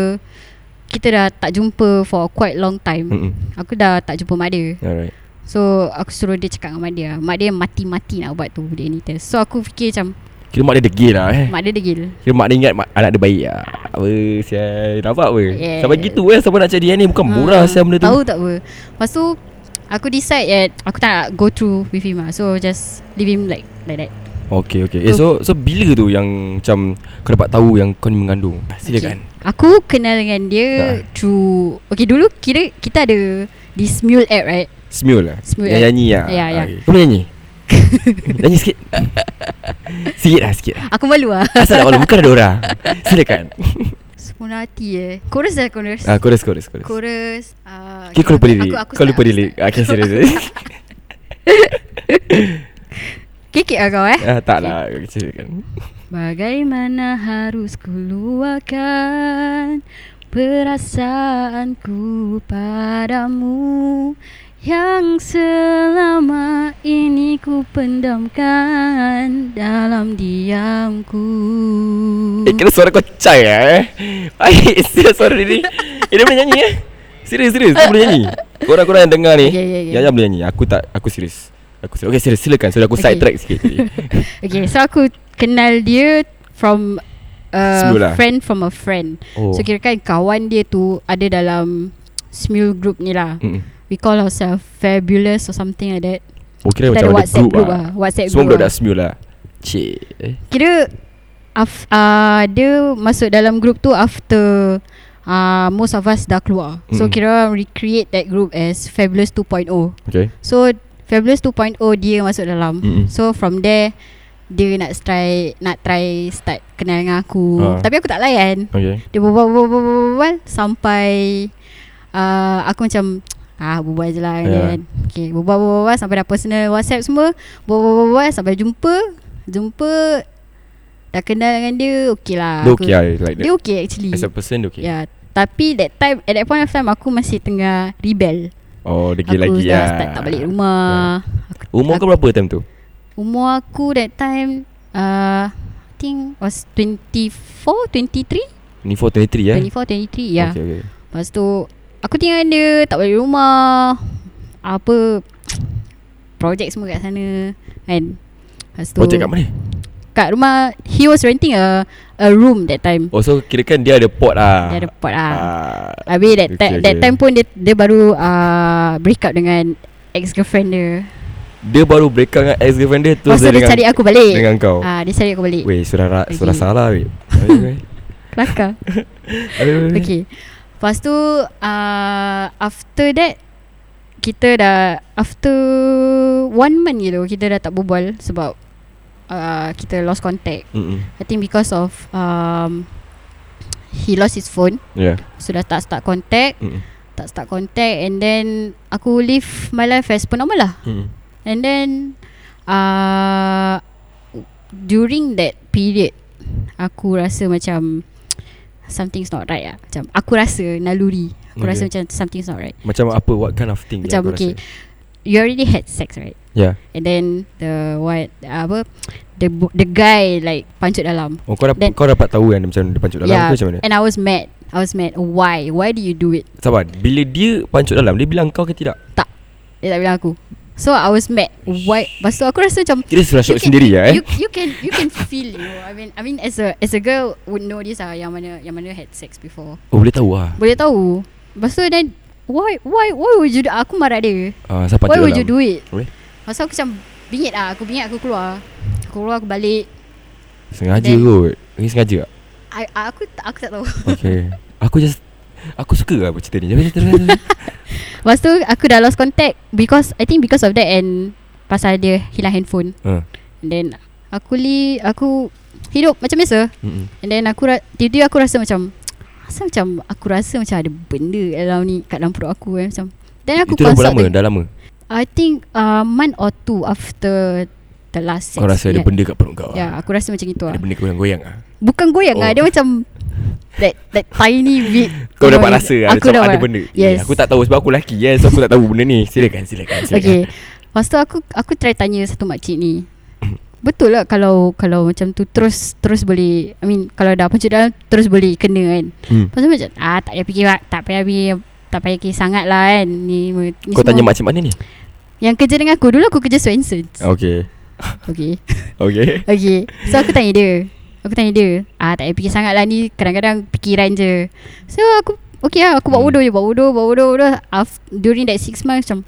[SPEAKER 3] Kita dah tak jumpa For quite long time
[SPEAKER 2] Mm-mm.
[SPEAKER 3] Aku dah tak jumpa mak dia
[SPEAKER 2] Alright
[SPEAKER 3] So aku suruh dia cakap dengan mak dia Mak dia mati-mati nak buat tu Dia ni test So aku fikir macam
[SPEAKER 2] Kira mak dia degil lah eh
[SPEAKER 3] Mak dia degil
[SPEAKER 2] Kira mak dia ingat mak, anak dia baik lah Apa sial Nampak apa
[SPEAKER 3] Yes.
[SPEAKER 2] Sampai gitu eh Siapa nak cari ni Bukan murah
[SPEAKER 3] Ah,
[SPEAKER 2] sial benda tu
[SPEAKER 3] Tahu tak apa Lepas tu Aku decide that Aku tak nak go through with him lah So just Leave him like Like that
[SPEAKER 2] Okay okay eh, So so bila tu yang macam Kau dapat tahu yang kau ni mengandung Ah, Silakan
[SPEAKER 3] okay. Aku kenal dengan
[SPEAKER 2] Ah.
[SPEAKER 3] dia Through Okay dulu kira Kita ada This mule app right
[SPEAKER 2] Smule lah
[SPEAKER 3] Smule
[SPEAKER 2] Yang
[SPEAKER 3] lah.
[SPEAKER 2] nyanyi lah
[SPEAKER 3] Ya, ya.
[SPEAKER 2] okay. Kau boleh nyanyi Nyanyi sikit Sikit lah sikit lah
[SPEAKER 3] Aku malu lah
[SPEAKER 2] Asal nak malu Bukan ada orang Silakan
[SPEAKER 3] Semua hati eh Chorus lah chorus
[SPEAKER 2] ah, Chorus chorus chorus
[SPEAKER 3] Chorus uh,
[SPEAKER 2] Kira kau lupa lirik
[SPEAKER 3] Aku- aku
[SPEAKER 2] Kau lupa
[SPEAKER 3] start, aku
[SPEAKER 2] lirik
[SPEAKER 3] start.
[SPEAKER 2] Okay serius
[SPEAKER 3] Kekek lah kau eh
[SPEAKER 2] ah, Tak lah okay, Silakan
[SPEAKER 3] Hmm. Bagaimana harus keluarkan perasaanku padamu yang selama ini ku pendamkan dalam diamku.
[SPEAKER 2] Eh kira suara kau cai lah eh Baik Serius suara dia ni Eh dia boleh nyanyi eh Serius serius Dia boleh nyanyi Korang-korang yang dengar ni
[SPEAKER 3] Okay, okay, okay.
[SPEAKER 2] Yaya boleh nyanyi Aku tak Aku serius Aku serius Okay serius silakan Sudah aku
[SPEAKER 3] Okay.
[SPEAKER 2] side track sikit tadi
[SPEAKER 3] Okay, so aku kenal dia from uh,
[SPEAKER 2] Semua lah.
[SPEAKER 3] friend from a friend.
[SPEAKER 2] Oh.
[SPEAKER 3] So kira kan kawan dia tu ada dalam Smule group ni lah.
[SPEAKER 2] Mm-mm.
[SPEAKER 3] We call ourselves Fabulous or something like that.
[SPEAKER 2] Oh kira
[SPEAKER 3] Kita
[SPEAKER 2] macam ada
[SPEAKER 3] ada WhatsApp
[SPEAKER 2] group,
[SPEAKER 3] group
[SPEAKER 2] lah.
[SPEAKER 3] lah. WhatsApp
[SPEAKER 2] Semua
[SPEAKER 3] group
[SPEAKER 2] budak dah
[SPEAKER 3] lah.
[SPEAKER 2] smule lah Cik eh.
[SPEAKER 3] Kira af, uh, dia masuk dalam group tu after uh, most of us dah keluar. So
[SPEAKER 2] Mm-mm.
[SPEAKER 3] kira recreate that group as Fabulous 2.0.
[SPEAKER 2] Okay
[SPEAKER 3] So Fabulous 2.0 dia masuk dalam.
[SPEAKER 2] Mm-mm.
[SPEAKER 3] So from there dia nak try nak try start kenal dengan aku.
[SPEAKER 2] Ah.
[SPEAKER 3] Tapi aku tak layan.
[SPEAKER 2] Okay
[SPEAKER 3] Dia berbual berbual berbual, berbual, berbual sampai uh, aku macam ah berbual je lah
[SPEAKER 2] Ya.
[SPEAKER 3] yeah. kan. Okay, berbual, berbual berbual sampai dah personal WhatsApp semua. Berbual berbual, berbual sampai jumpa. Jumpa dah kenal dengan dia okey lah.
[SPEAKER 2] Dia
[SPEAKER 3] aku-
[SPEAKER 2] okay lah like
[SPEAKER 3] Dia okay actually.
[SPEAKER 2] As a person dia okay
[SPEAKER 3] Ya, tapi that time at that point of time aku masih tengah rebel.
[SPEAKER 2] Oh dia
[SPEAKER 3] Aku
[SPEAKER 2] gila lagi
[SPEAKER 3] dah
[SPEAKER 2] lah
[SPEAKER 3] start tak balik rumah. Aku,
[SPEAKER 2] Umur kau berapa time tu?
[SPEAKER 3] Umur aku that time uh, I think was 24, 23
[SPEAKER 2] 24, 23 eh
[SPEAKER 3] 24, 23 ya yeah.
[SPEAKER 2] Okay, okay.
[SPEAKER 3] Lepas tu Aku tinggal dengan dia Tak balik rumah Apa Projek semua kat sana Kan Lepas tu
[SPEAKER 2] Projek kat mana?
[SPEAKER 3] Kat rumah He was renting a A room that time
[SPEAKER 2] Oh so kira kan dia ada pot lah
[SPEAKER 3] Dia ada pot lah
[SPEAKER 2] Ah.
[SPEAKER 3] Habis that, okay,
[SPEAKER 2] Okay,
[SPEAKER 3] that
[SPEAKER 2] okay.
[SPEAKER 3] time pun Dia, dia baru uh, Break up dengan Ex-girlfriend dia
[SPEAKER 2] Dia baru break up dengan ex-girlfriend dia Terus
[SPEAKER 3] Lepas tu Oh, dia,
[SPEAKER 2] dengan,
[SPEAKER 3] cari aku balik
[SPEAKER 2] dengan kau
[SPEAKER 3] Ah, Dia cari aku balik
[SPEAKER 2] Weh surah, ra-
[SPEAKER 3] Okay.
[SPEAKER 2] surah salah weh Habis, weh.
[SPEAKER 3] Kelakar
[SPEAKER 2] Habis, habis, habis.
[SPEAKER 3] Okay Lepas tu uh, After that Kita dah After One month gitu Kita dah tak berbual Sebab uh, Kita lost contact
[SPEAKER 2] Mm-mm.
[SPEAKER 3] I think because of um, He lost his phone
[SPEAKER 2] Yeah
[SPEAKER 3] So dah tak start contact
[SPEAKER 2] Ya, Mm-mm.
[SPEAKER 3] Tak start contact And then Aku live my life as per normal lah
[SPEAKER 2] Mm-mm.
[SPEAKER 3] And then uh, During that period Aku rasa macam Something's not right lah Macam aku rasa naluri Aku
[SPEAKER 2] Okay.
[SPEAKER 3] okay. rasa macam something's not right
[SPEAKER 2] Macam apa What kind of thing yang
[SPEAKER 3] Macam,
[SPEAKER 2] kau
[SPEAKER 3] okay.
[SPEAKER 2] rasa? Ya.
[SPEAKER 3] You already had sex right
[SPEAKER 2] Yeah
[SPEAKER 3] And then The what uh, Apa The bo- the guy like Pancut dalam
[SPEAKER 2] Oh kau, dapat,
[SPEAKER 3] Then- Ya.
[SPEAKER 2] kau dapat tahu kan Dia macam dia pancut dalam yeah. ke macam mana
[SPEAKER 3] And I was mad I was mad Why Why do you do it
[SPEAKER 2] Sabar Bila dia pancut dalam Dia bilang kau ke tidak
[SPEAKER 3] Dia tak bilang aku So I was mad Why Lepas tu aku rasa macam
[SPEAKER 2] Kira surah
[SPEAKER 3] You
[SPEAKER 2] syok
[SPEAKER 3] can-
[SPEAKER 2] sendiri lah eh
[SPEAKER 3] You, you can you can feel you. know. I mean I mean as a as a girl would know this ah yang mana yang mana had sex before.
[SPEAKER 2] Oh boleh tahu lah
[SPEAKER 3] Boleh tahu. Lepas tu then why why why would you do, aku marah dia.
[SPEAKER 2] uh, Siapa
[SPEAKER 3] why
[SPEAKER 2] pancut
[SPEAKER 3] would
[SPEAKER 2] dalam
[SPEAKER 3] you do it?
[SPEAKER 2] Boleh.
[SPEAKER 3] Masa aku macam bingit ah, aku bingit aku keluar. Aku keluar aku balik.
[SPEAKER 2] Sengaja
[SPEAKER 3] Then-
[SPEAKER 2] kot Ini sengaja tak?
[SPEAKER 3] I, I- aku tak- aku tak tahu.
[SPEAKER 2] Okay Aku just Aku suka lah apa cerita ni Jom, jom, jom, jom, jom.
[SPEAKER 3] Lepas tu aku dah lost contact because I think because of that and pasal dia hilang handphone.
[SPEAKER 2] Ha.
[SPEAKER 3] And then aku li aku hidup macam biasa.
[SPEAKER 2] Mm-mm.
[SPEAKER 3] And then aku ra- Tiba-tiba aku rasa macam Asal macam Aku rasa macam ada benda kat Dalam ni Kat dalam perut aku eh Macam Then aku
[SPEAKER 2] Itu dah berapa
[SPEAKER 3] consult
[SPEAKER 2] lama
[SPEAKER 3] the-
[SPEAKER 2] Dah lama
[SPEAKER 3] I think uh, Month or two After The last sex
[SPEAKER 2] Kau rasa ada
[SPEAKER 3] we had.
[SPEAKER 2] benda kat perut kau
[SPEAKER 3] Ya yeah,
[SPEAKER 2] ah?
[SPEAKER 3] aku rasa macam itu
[SPEAKER 2] Ada
[SPEAKER 3] lah
[SPEAKER 2] benda goyang-goyang ah.
[SPEAKER 3] Bukan goyang
[SPEAKER 2] Oh.
[SPEAKER 3] oh. lah Dia macam That that tiny bit
[SPEAKER 2] Kau
[SPEAKER 3] you know,
[SPEAKER 2] dapat
[SPEAKER 3] is-
[SPEAKER 2] rasa lah
[SPEAKER 3] Aku
[SPEAKER 2] macam
[SPEAKER 3] dapat
[SPEAKER 2] ada benda
[SPEAKER 3] Yes
[SPEAKER 2] Eh, Aku tak tahu sebab aku lelaki yes, Aku tak tahu benda ni Silakan silakan, silakan.
[SPEAKER 3] Okay Lepas tu aku Aku try tanya satu makcik ni Betul lah kalau kalau macam tu terus terus boleh I mean kalau dah punca dalam terus boleh kena kan.
[SPEAKER 2] hmm.
[SPEAKER 3] Lepas tu macam ah tak payah fikir lah, tak payah fikir tak payah fikir sangat lah kan ni, ni
[SPEAKER 2] Kau tanya
[SPEAKER 3] semua.
[SPEAKER 2] macam Ah. mana ni
[SPEAKER 3] yang kerja dengan aku dulu aku kerja Swensons
[SPEAKER 2] Okay
[SPEAKER 3] okay
[SPEAKER 2] Okay
[SPEAKER 3] okay so aku tanya dia aku tanya dia ah tak payah fikir sangat lah ni kadang-kadang fikiran je so aku okay lah aku buat
[SPEAKER 2] Hmm.
[SPEAKER 3] bodoh je buat bodoh buat bodoh bodoh Af, during that 6 months macam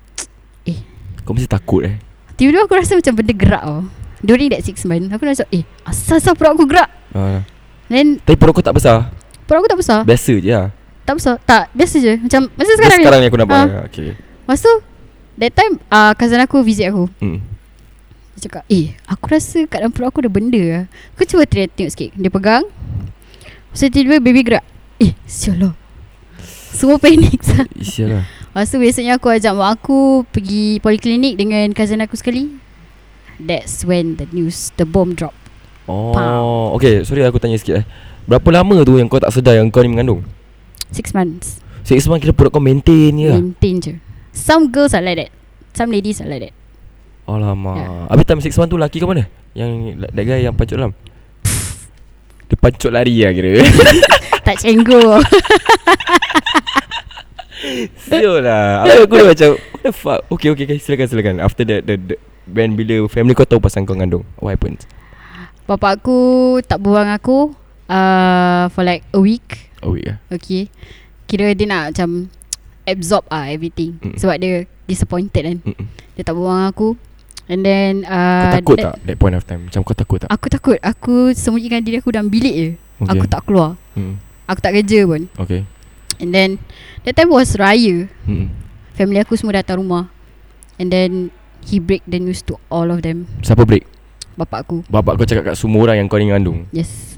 [SPEAKER 2] Kau mesti takut eh
[SPEAKER 3] tiba-tiba aku rasa macam benda gerak tau during that 6 months aku rasa eh asal-asal perut aku gerak
[SPEAKER 2] ah.
[SPEAKER 3] then
[SPEAKER 2] Tapi perut kau tak besar
[SPEAKER 3] perut aku tak besar
[SPEAKER 2] Biasa je lah
[SPEAKER 3] tak besar tak biasa je macam masa
[SPEAKER 2] Sekarang,
[SPEAKER 3] Ah. sekarang,
[SPEAKER 2] sekarang ni aku nampak
[SPEAKER 3] Ah.
[SPEAKER 2] ah. Okay
[SPEAKER 3] Lepas tu That time uh, Cousin aku visit aku
[SPEAKER 2] hmm.
[SPEAKER 3] Dia cakap Eh aku rasa kat dalam perut aku ada benda lah Aku cuba try tengok sikit Dia pegang Lepas tu tiba-tiba baby gerak Eh sial lah Semua panik sah.
[SPEAKER 2] Isya lah
[SPEAKER 3] Lepas tu biasanya aku ajak mak aku Pergi poliklinik dengan cousin aku sekali That's when the news The bomb drop
[SPEAKER 2] Oh
[SPEAKER 3] Faham.
[SPEAKER 2] Okay sorry aku tanya sikit eh Berapa lama tu yang kau tak sedar Yang kau ni mengandung
[SPEAKER 3] Six months
[SPEAKER 2] Six months kira perut kau maintain je lah
[SPEAKER 3] Maintain je Some girls are like that Some ladies are like that
[SPEAKER 2] Alamak
[SPEAKER 3] Ya.
[SPEAKER 2] yeah. Habis time 6 month tu laki kau mana? Yang that guy yang pancut dalam Dia pancut lari lah kira
[SPEAKER 3] Tak cenggo
[SPEAKER 2] Siul lah Habis aku dah macam What the fuck Okay okay okay silakan silakan After that the, the, When bila family kau tahu pasal kau ngandung What happens?
[SPEAKER 3] Bapak aku tak berbual dengan aku uh, For like a week
[SPEAKER 2] A week lah
[SPEAKER 3] Okay Kira dia nak macam Absorb ah everything
[SPEAKER 2] Mm.
[SPEAKER 3] mm. Sebab dia disappointed kan
[SPEAKER 2] Mm-mm.
[SPEAKER 3] Dia tak berbual dengan aku And then
[SPEAKER 2] Kau
[SPEAKER 3] uh,
[SPEAKER 2] takut tak
[SPEAKER 3] that-
[SPEAKER 2] That point of time Macam kau takut tak
[SPEAKER 3] Aku takut Aku sembunyikan diri aku dalam bilik je okay. Aku tak keluar
[SPEAKER 2] mm.
[SPEAKER 3] Aku tak kerja pun
[SPEAKER 2] Okay
[SPEAKER 3] And then That time was raya
[SPEAKER 2] Mm-mm.
[SPEAKER 3] Family aku semua datang rumah And then He break the news to all of them
[SPEAKER 2] Siapa break
[SPEAKER 3] Bapak aku
[SPEAKER 2] Bapak kau cakap kat semua orang Yang kau ni ngandung
[SPEAKER 3] Yes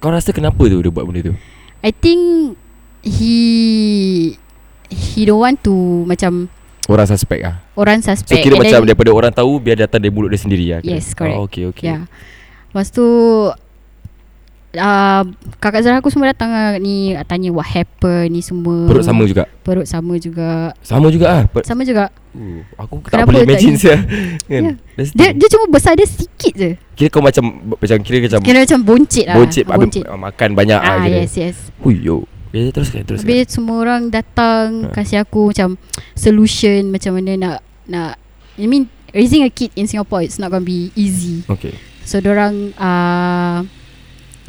[SPEAKER 2] Kau rasa kenapa tu Dia buat benda tu
[SPEAKER 3] I think He He don't want to Macam
[SPEAKER 2] Orang suspect lah
[SPEAKER 3] Orang
[SPEAKER 2] So
[SPEAKER 3] suspect
[SPEAKER 2] kira
[SPEAKER 3] and
[SPEAKER 2] macam
[SPEAKER 3] then-
[SPEAKER 2] daripada orang tahu Biar datang dari mulut dia sendiri lah kira.
[SPEAKER 3] Yes, correct. Ya.
[SPEAKER 2] oh, Okay okay
[SPEAKER 3] Yeah. Lepas tu uh, kakak Zara aku semua datang lah ni tanya what happened ni semua.
[SPEAKER 2] Perut sama juga
[SPEAKER 3] Perut sama juga.
[SPEAKER 2] Sama juga lah per-
[SPEAKER 3] Sama juga.
[SPEAKER 2] uh, Aku tak
[SPEAKER 3] Kenapa
[SPEAKER 2] boleh
[SPEAKER 3] tak
[SPEAKER 2] imagine
[SPEAKER 3] ni?
[SPEAKER 2] saya kan?
[SPEAKER 3] Yeah.
[SPEAKER 2] That's the
[SPEAKER 3] Dia
[SPEAKER 2] thing.
[SPEAKER 3] dia cuma besar dia sikit je.
[SPEAKER 2] Kira kau macam Macam kira macam
[SPEAKER 3] Kira macam boncit lah.
[SPEAKER 2] Boncit,
[SPEAKER 3] Ah,
[SPEAKER 2] boncit. Makan banyak lah
[SPEAKER 3] Ah,
[SPEAKER 2] kira
[SPEAKER 3] yes, yes.
[SPEAKER 2] Hui yo Okay terus kan terus
[SPEAKER 3] Habis semua orang datang
[SPEAKER 2] Ha.
[SPEAKER 3] kasih aku macam solution macam mana nak nak I mean raising a kid in Singapore it's not gonna be easy.
[SPEAKER 2] Okay
[SPEAKER 3] So dorang uh,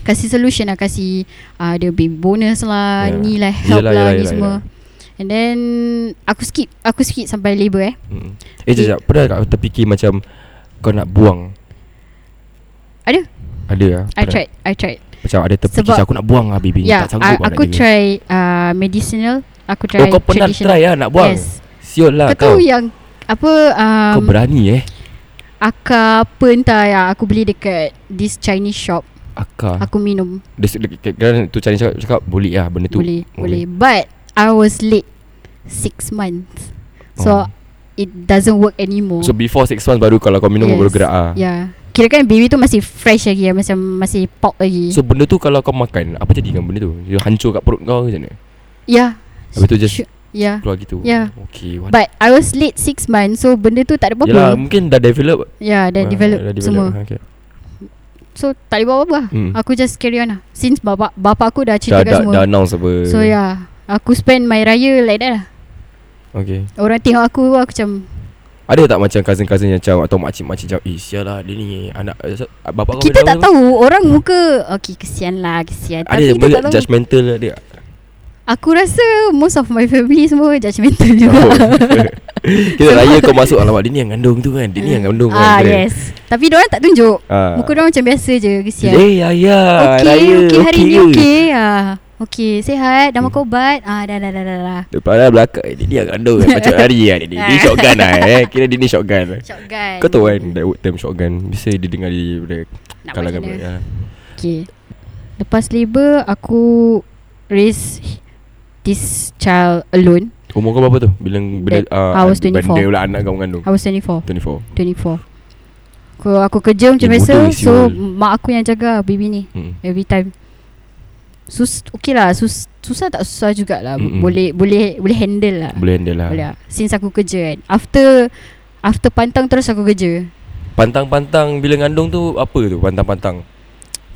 [SPEAKER 3] Kasih solution lah Kasih uh, Dia baby bonus lah
[SPEAKER 2] Ya.
[SPEAKER 3] yeah. Ni lah help
[SPEAKER 2] Yelah,
[SPEAKER 3] lah
[SPEAKER 2] yelah,
[SPEAKER 3] Ni
[SPEAKER 2] yelah,
[SPEAKER 3] semua And then Aku skip Aku skip sampai labor eh
[SPEAKER 2] Mm. Eh jap jap Pernah tak kau terfikir macam Kau nak buang
[SPEAKER 3] Ada
[SPEAKER 2] Ada lah
[SPEAKER 3] I
[SPEAKER 2] Pernah?
[SPEAKER 3] tried I tried
[SPEAKER 2] Macam ada terfikir
[SPEAKER 3] Sebab-
[SPEAKER 2] macam Aku nak buang lah baby ni,
[SPEAKER 3] Ya yeah,
[SPEAKER 2] Tak sanggup
[SPEAKER 3] uh, Aku try uh, Medicinal Aku
[SPEAKER 2] try
[SPEAKER 3] try
[SPEAKER 2] Oh kau pernah try
[SPEAKER 3] traditional.
[SPEAKER 2] lah nak buang
[SPEAKER 3] Yes
[SPEAKER 2] Siol lah kau
[SPEAKER 3] Kau tahu yang Apa um,
[SPEAKER 2] Kau berani eh
[SPEAKER 3] Akar apa entah yang Aku beli dekat This Chinese shop
[SPEAKER 2] Akar
[SPEAKER 3] Aku minum
[SPEAKER 2] Dia se- dia- Kerana tu Chinese cakap, cakap Boleh lah benda tu
[SPEAKER 3] boleh, boleh But I was late Six months
[SPEAKER 2] Oh.
[SPEAKER 3] So It doesn't work anymore
[SPEAKER 2] So before 6 months baru Kalau kau minum yes. baru
[SPEAKER 3] Yes.
[SPEAKER 2] gerak lah
[SPEAKER 3] Ya. Kira kan baby tu masih fresh lagi ya, macam masih pop lagi.
[SPEAKER 2] So benda tu kalau kau makan Apa jadi dengan benda tu Dia hancur kat perut kau ke macam mana
[SPEAKER 3] ya.
[SPEAKER 2] Habis tu just
[SPEAKER 3] Sure. Ya.
[SPEAKER 2] Keluar gitu
[SPEAKER 3] Ya.
[SPEAKER 2] Okay what
[SPEAKER 3] But I was late six months so benda tu tak ada apa-apa.
[SPEAKER 2] Yelah mungkin dah develop
[SPEAKER 3] Ya, dah
[SPEAKER 2] Ah,
[SPEAKER 3] develop semua.
[SPEAKER 2] okay.
[SPEAKER 3] So tak ada buat apa-apa.
[SPEAKER 2] Hmm.
[SPEAKER 3] Hmm. Aku just carry on lah. Since bapa bapa aku dah
[SPEAKER 2] Dah,
[SPEAKER 3] ceritakan
[SPEAKER 2] dah,
[SPEAKER 3] semua.
[SPEAKER 2] dah announce apa
[SPEAKER 3] So ya, yeah, aku spend my raya like that lah.
[SPEAKER 2] Okay
[SPEAKER 3] Orang tengok aku aku macam
[SPEAKER 2] Ada tak macam cousin-cousin yang macam Atau makcik-makcik macam Eh sial lah dia ni Anak eh, so- Bapak kau
[SPEAKER 3] kita
[SPEAKER 2] ada
[SPEAKER 3] tak
[SPEAKER 2] apa?
[SPEAKER 3] tahu orang muka okay kesian lah kesian.
[SPEAKER 2] Ada
[SPEAKER 3] Tapi kita
[SPEAKER 2] benda
[SPEAKER 3] tak tahu.
[SPEAKER 2] judgemental dia
[SPEAKER 3] Aku rasa most of my family semua judgemental juga.
[SPEAKER 2] Kita raya kau masuk Alamak dia ni yang ngandung tu kan Dia ni Oh, yang ngandung kan
[SPEAKER 3] ah
[SPEAKER 2] kira.
[SPEAKER 3] yes. Tapi orang tak tunjuk.
[SPEAKER 2] Ah.
[SPEAKER 3] Muka dia macam biasa je Kesian
[SPEAKER 2] Eh ya ya
[SPEAKER 3] Okay
[SPEAKER 2] Raya
[SPEAKER 3] Okay hari ni
[SPEAKER 2] ke?
[SPEAKER 3] okay ah. Okay sihat Dah makan ubat ah, Dah dah dah dah, dah.
[SPEAKER 2] Daripada belakang eh, Dia ni yang ngandung kan Macam hari lah dia ni Dia shotgun lah eh Kira dia ni shotgun
[SPEAKER 3] Shotgun
[SPEAKER 2] Kau tahu kan That word term shotgun Biasa dia dengar di Daripada
[SPEAKER 3] Nak
[SPEAKER 2] kalangan
[SPEAKER 3] buat
[SPEAKER 2] ya.
[SPEAKER 3] kena. Okay Lepas labor Aku Raise This child alone
[SPEAKER 2] Umur kau berapa tu Bila benda,
[SPEAKER 3] That- I was 24.
[SPEAKER 2] Benda pula anak kau mengandung
[SPEAKER 3] I was 24
[SPEAKER 2] 24
[SPEAKER 3] 24 Aku, aku kerja macam
[SPEAKER 2] Eh, bodoh,
[SPEAKER 3] biasa So
[SPEAKER 2] siul.
[SPEAKER 3] mak aku yang jaga baby ni
[SPEAKER 2] hmm.
[SPEAKER 3] Every time Sus Okay lah sus, Susah tak susah jugalah
[SPEAKER 2] Mm-mm.
[SPEAKER 3] mm Boleh Boleh Boleh handle lah
[SPEAKER 2] Boleh handle lah
[SPEAKER 3] Boleh lah Since aku kerja kan After After pantang terus aku kerja
[SPEAKER 2] Pantang-pantang Bila ngandung tu Apa tu pantang-pantang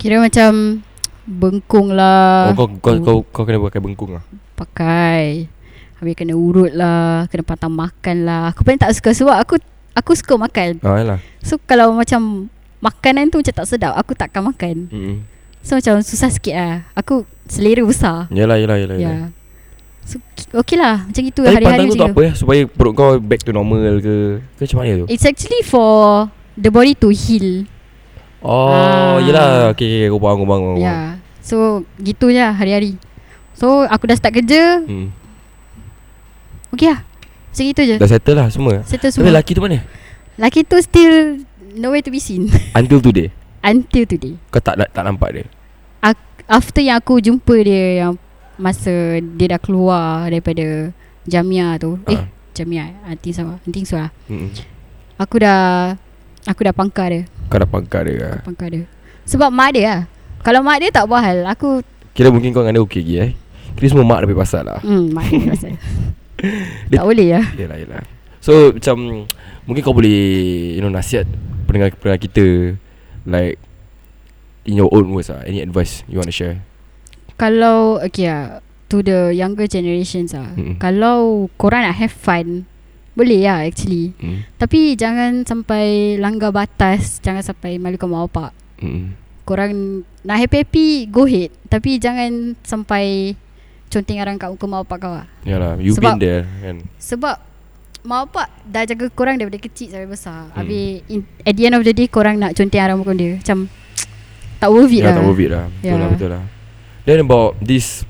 [SPEAKER 3] Kira macam Bengkung lah
[SPEAKER 2] Oh kau kau, kau kau kena pakai bengkung lah
[SPEAKER 3] Pakai Habis kena urut lah Kena pantang makan lah Aku paling tak suka Sebab aku Aku suka makan
[SPEAKER 2] Ah yalah
[SPEAKER 3] So kalau macam Makanan tu macam tak sedap Aku takkan makan
[SPEAKER 2] Mm-mm.
[SPEAKER 3] So macam susah sikit lah Aku selera besar
[SPEAKER 2] Yalah yalah yalah, yalah.
[SPEAKER 3] Ya yeah. So ki- okay lah Macam gitu
[SPEAKER 2] Tapi pantang
[SPEAKER 3] hari-hari
[SPEAKER 2] tu
[SPEAKER 3] macam
[SPEAKER 2] untuk
[SPEAKER 3] gitu
[SPEAKER 2] apa eh? Supaya perut kau back to normal ke Ke macam mana tu?
[SPEAKER 3] It's actually for The body to heal
[SPEAKER 2] Oh
[SPEAKER 3] Ah.
[SPEAKER 2] yelah Okay, okay, okay. Aku faham Aku faham, aku
[SPEAKER 3] Ya
[SPEAKER 2] faham.
[SPEAKER 3] yeah. So gitu je lah hari-hari So aku dah start kerja
[SPEAKER 2] hmm.
[SPEAKER 3] Okay lah Macam gitu je
[SPEAKER 2] Dah settle lah semua
[SPEAKER 3] Settle
[SPEAKER 2] Tapi
[SPEAKER 3] semua
[SPEAKER 2] lelaki tu mana?
[SPEAKER 3] Laki tu still Nowhere to be seen
[SPEAKER 2] Until today
[SPEAKER 3] Until today
[SPEAKER 2] Kau tak nak- tak nampak dia
[SPEAKER 3] After yang aku jumpa dia Yang masa Dia dah keluar Daripada Jamia tu uh. Eh
[SPEAKER 2] Ah.
[SPEAKER 3] Jamia I think so I think so lah
[SPEAKER 2] Mm-mm.
[SPEAKER 3] Aku dah Aku dah pangkar dia
[SPEAKER 2] Kau dah pangkar dia lah.
[SPEAKER 3] Pangkar dia Sebab mak dia lah Kalau mak dia tak buat hal Aku
[SPEAKER 2] Kira mungkin kau dengan dia okey lagi eh Kira semua mak dah ambil pasal lah
[SPEAKER 3] hmm, Mak dia rasa
[SPEAKER 2] Dia-
[SPEAKER 3] Tak boleh lah
[SPEAKER 2] Yelah yelah So macam Mungkin kau boleh You know nasihat Pendengar-pendengar kita Like In your own words lah Any advice you want to share
[SPEAKER 3] Kalau Okay lah To the younger generations lah
[SPEAKER 2] Mm-mm.
[SPEAKER 3] Kalau korang nak have fun Boleh lah actually
[SPEAKER 2] mm.
[SPEAKER 3] Tapi jangan sampai Langgar batas Jangan sampai malukan mak bapak
[SPEAKER 2] Mm.
[SPEAKER 3] korang nak happy-happy go ahead tapi jangan sampai conteng arang kat muka mak bapak kau lah.
[SPEAKER 2] Yalah You Ya been
[SPEAKER 3] Sebab-
[SPEAKER 2] there kan
[SPEAKER 3] Sebab mak bapak dah jaga korang daripada kecil sampai
[SPEAKER 2] Mm.
[SPEAKER 3] besar. Hmm. Habis in, at the end of the day korang nak conteng arang muka dia. Macam tak worth it
[SPEAKER 2] Ya
[SPEAKER 3] lah.
[SPEAKER 2] tak worth it lah Betul
[SPEAKER 3] Ya.
[SPEAKER 2] lah betul lah Then about this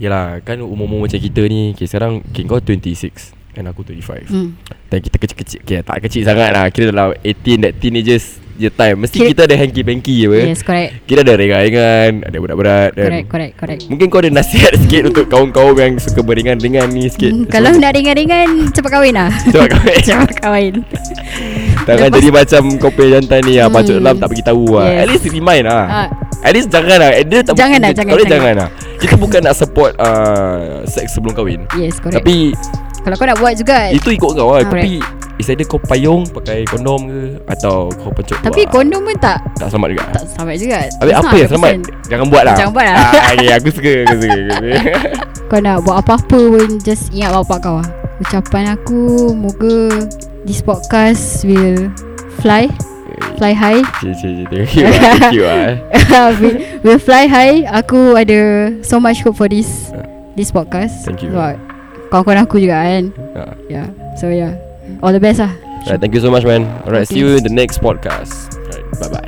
[SPEAKER 2] Yelah kan umur-umur macam kita ni Okay sekarang Okay kau 26 And aku 25
[SPEAKER 3] Hmm.
[SPEAKER 2] Dan kita kecil-kecil okay, Tak kecil sangat lah Kira dalam 18 That teenagers je time Mesti
[SPEAKER 3] Kira-
[SPEAKER 2] kita ada hanky-panky apa
[SPEAKER 3] Yes, correct.
[SPEAKER 2] Kita ada ringan-ringan Ada berat-berat kan?
[SPEAKER 3] Correct, correct, correct.
[SPEAKER 2] Mungkin kau ada nasihat sikit Untuk kaum-kaum yang suka beringan-ringan ni sikit
[SPEAKER 3] Hmm, kalau nak ringan-ringan cepat kahwin lah.
[SPEAKER 2] Cepat kahwin.
[SPEAKER 3] cepat kahwin.
[SPEAKER 2] Jangan jadi macam kau punya jantan ni lah Pacuk
[SPEAKER 3] Hmm.
[SPEAKER 2] dalam tak beritahu lah
[SPEAKER 3] Yes.
[SPEAKER 2] At least remind lah
[SPEAKER 3] Ah.
[SPEAKER 2] At least jangan lah At dia tak
[SPEAKER 3] Jangan lah,
[SPEAKER 2] dia-
[SPEAKER 3] jangan,
[SPEAKER 2] kalau dia jangan
[SPEAKER 3] jangan.
[SPEAKER 2] lah Kita bukan nak support uh, Seks sebelum kahwin
[SPEAKER 3] Yes, correct.
[SPEAKER 2] Tapi
[SPEAKER 3] kalau kau nak buat juga
[SPEAKER 2] Itu ikut kau lah
[SPEAKER 3] Ah,
[SPEAKER 2] Tapi Is either kau payung Pakai kondom ke Atau kau pencuk ah.
[SPEAKER 3] tapi
[SPEAKER 2] keluar.
[SPEAKER 3] kondom pun tak
[SPEAKER 2] Tak selamat juga
[SPEAKER 3] tak selamat juga.
[SPEAKER 2] Habis
[SPEAKER 3] It's
[SPEAKER 2] apa
[SPEAKER 3] not
[SPEAKER 2] yang selamat
[SPEAKER 3] 100%.
[SPEAKER 2] Jangan buat lah
[SPEAKER 3] Jangan buat lah.
[SPEAKER 2] ah, okay, Aku suka Aku suka, aku suka.
[SPEAKER 3] Kau nak buat apa-apa pun Just ingat bapak kau lah Ucapan aku Moga This podcast will Fly Fly high
[SPEAKER 2] Cik cik cik Thank you lah Thank you lah eh.
[SPEAKER 3] will, will fly high Aku ada So much hope for this This podcast
[SPEAKER 2] Thank you.
[SPEAKER 3] Sebab Kawan-kawan aku juga kan
[SPEAKER 2] Ah.
[SPEAKER 3] Yeah So yeah All the best lah
[SPEAKER 2] Alright, Thank you so much man Alright see
[SPEAKER 3] Okay.
[SPEAKER 2] you in the next podcast Alright bye bye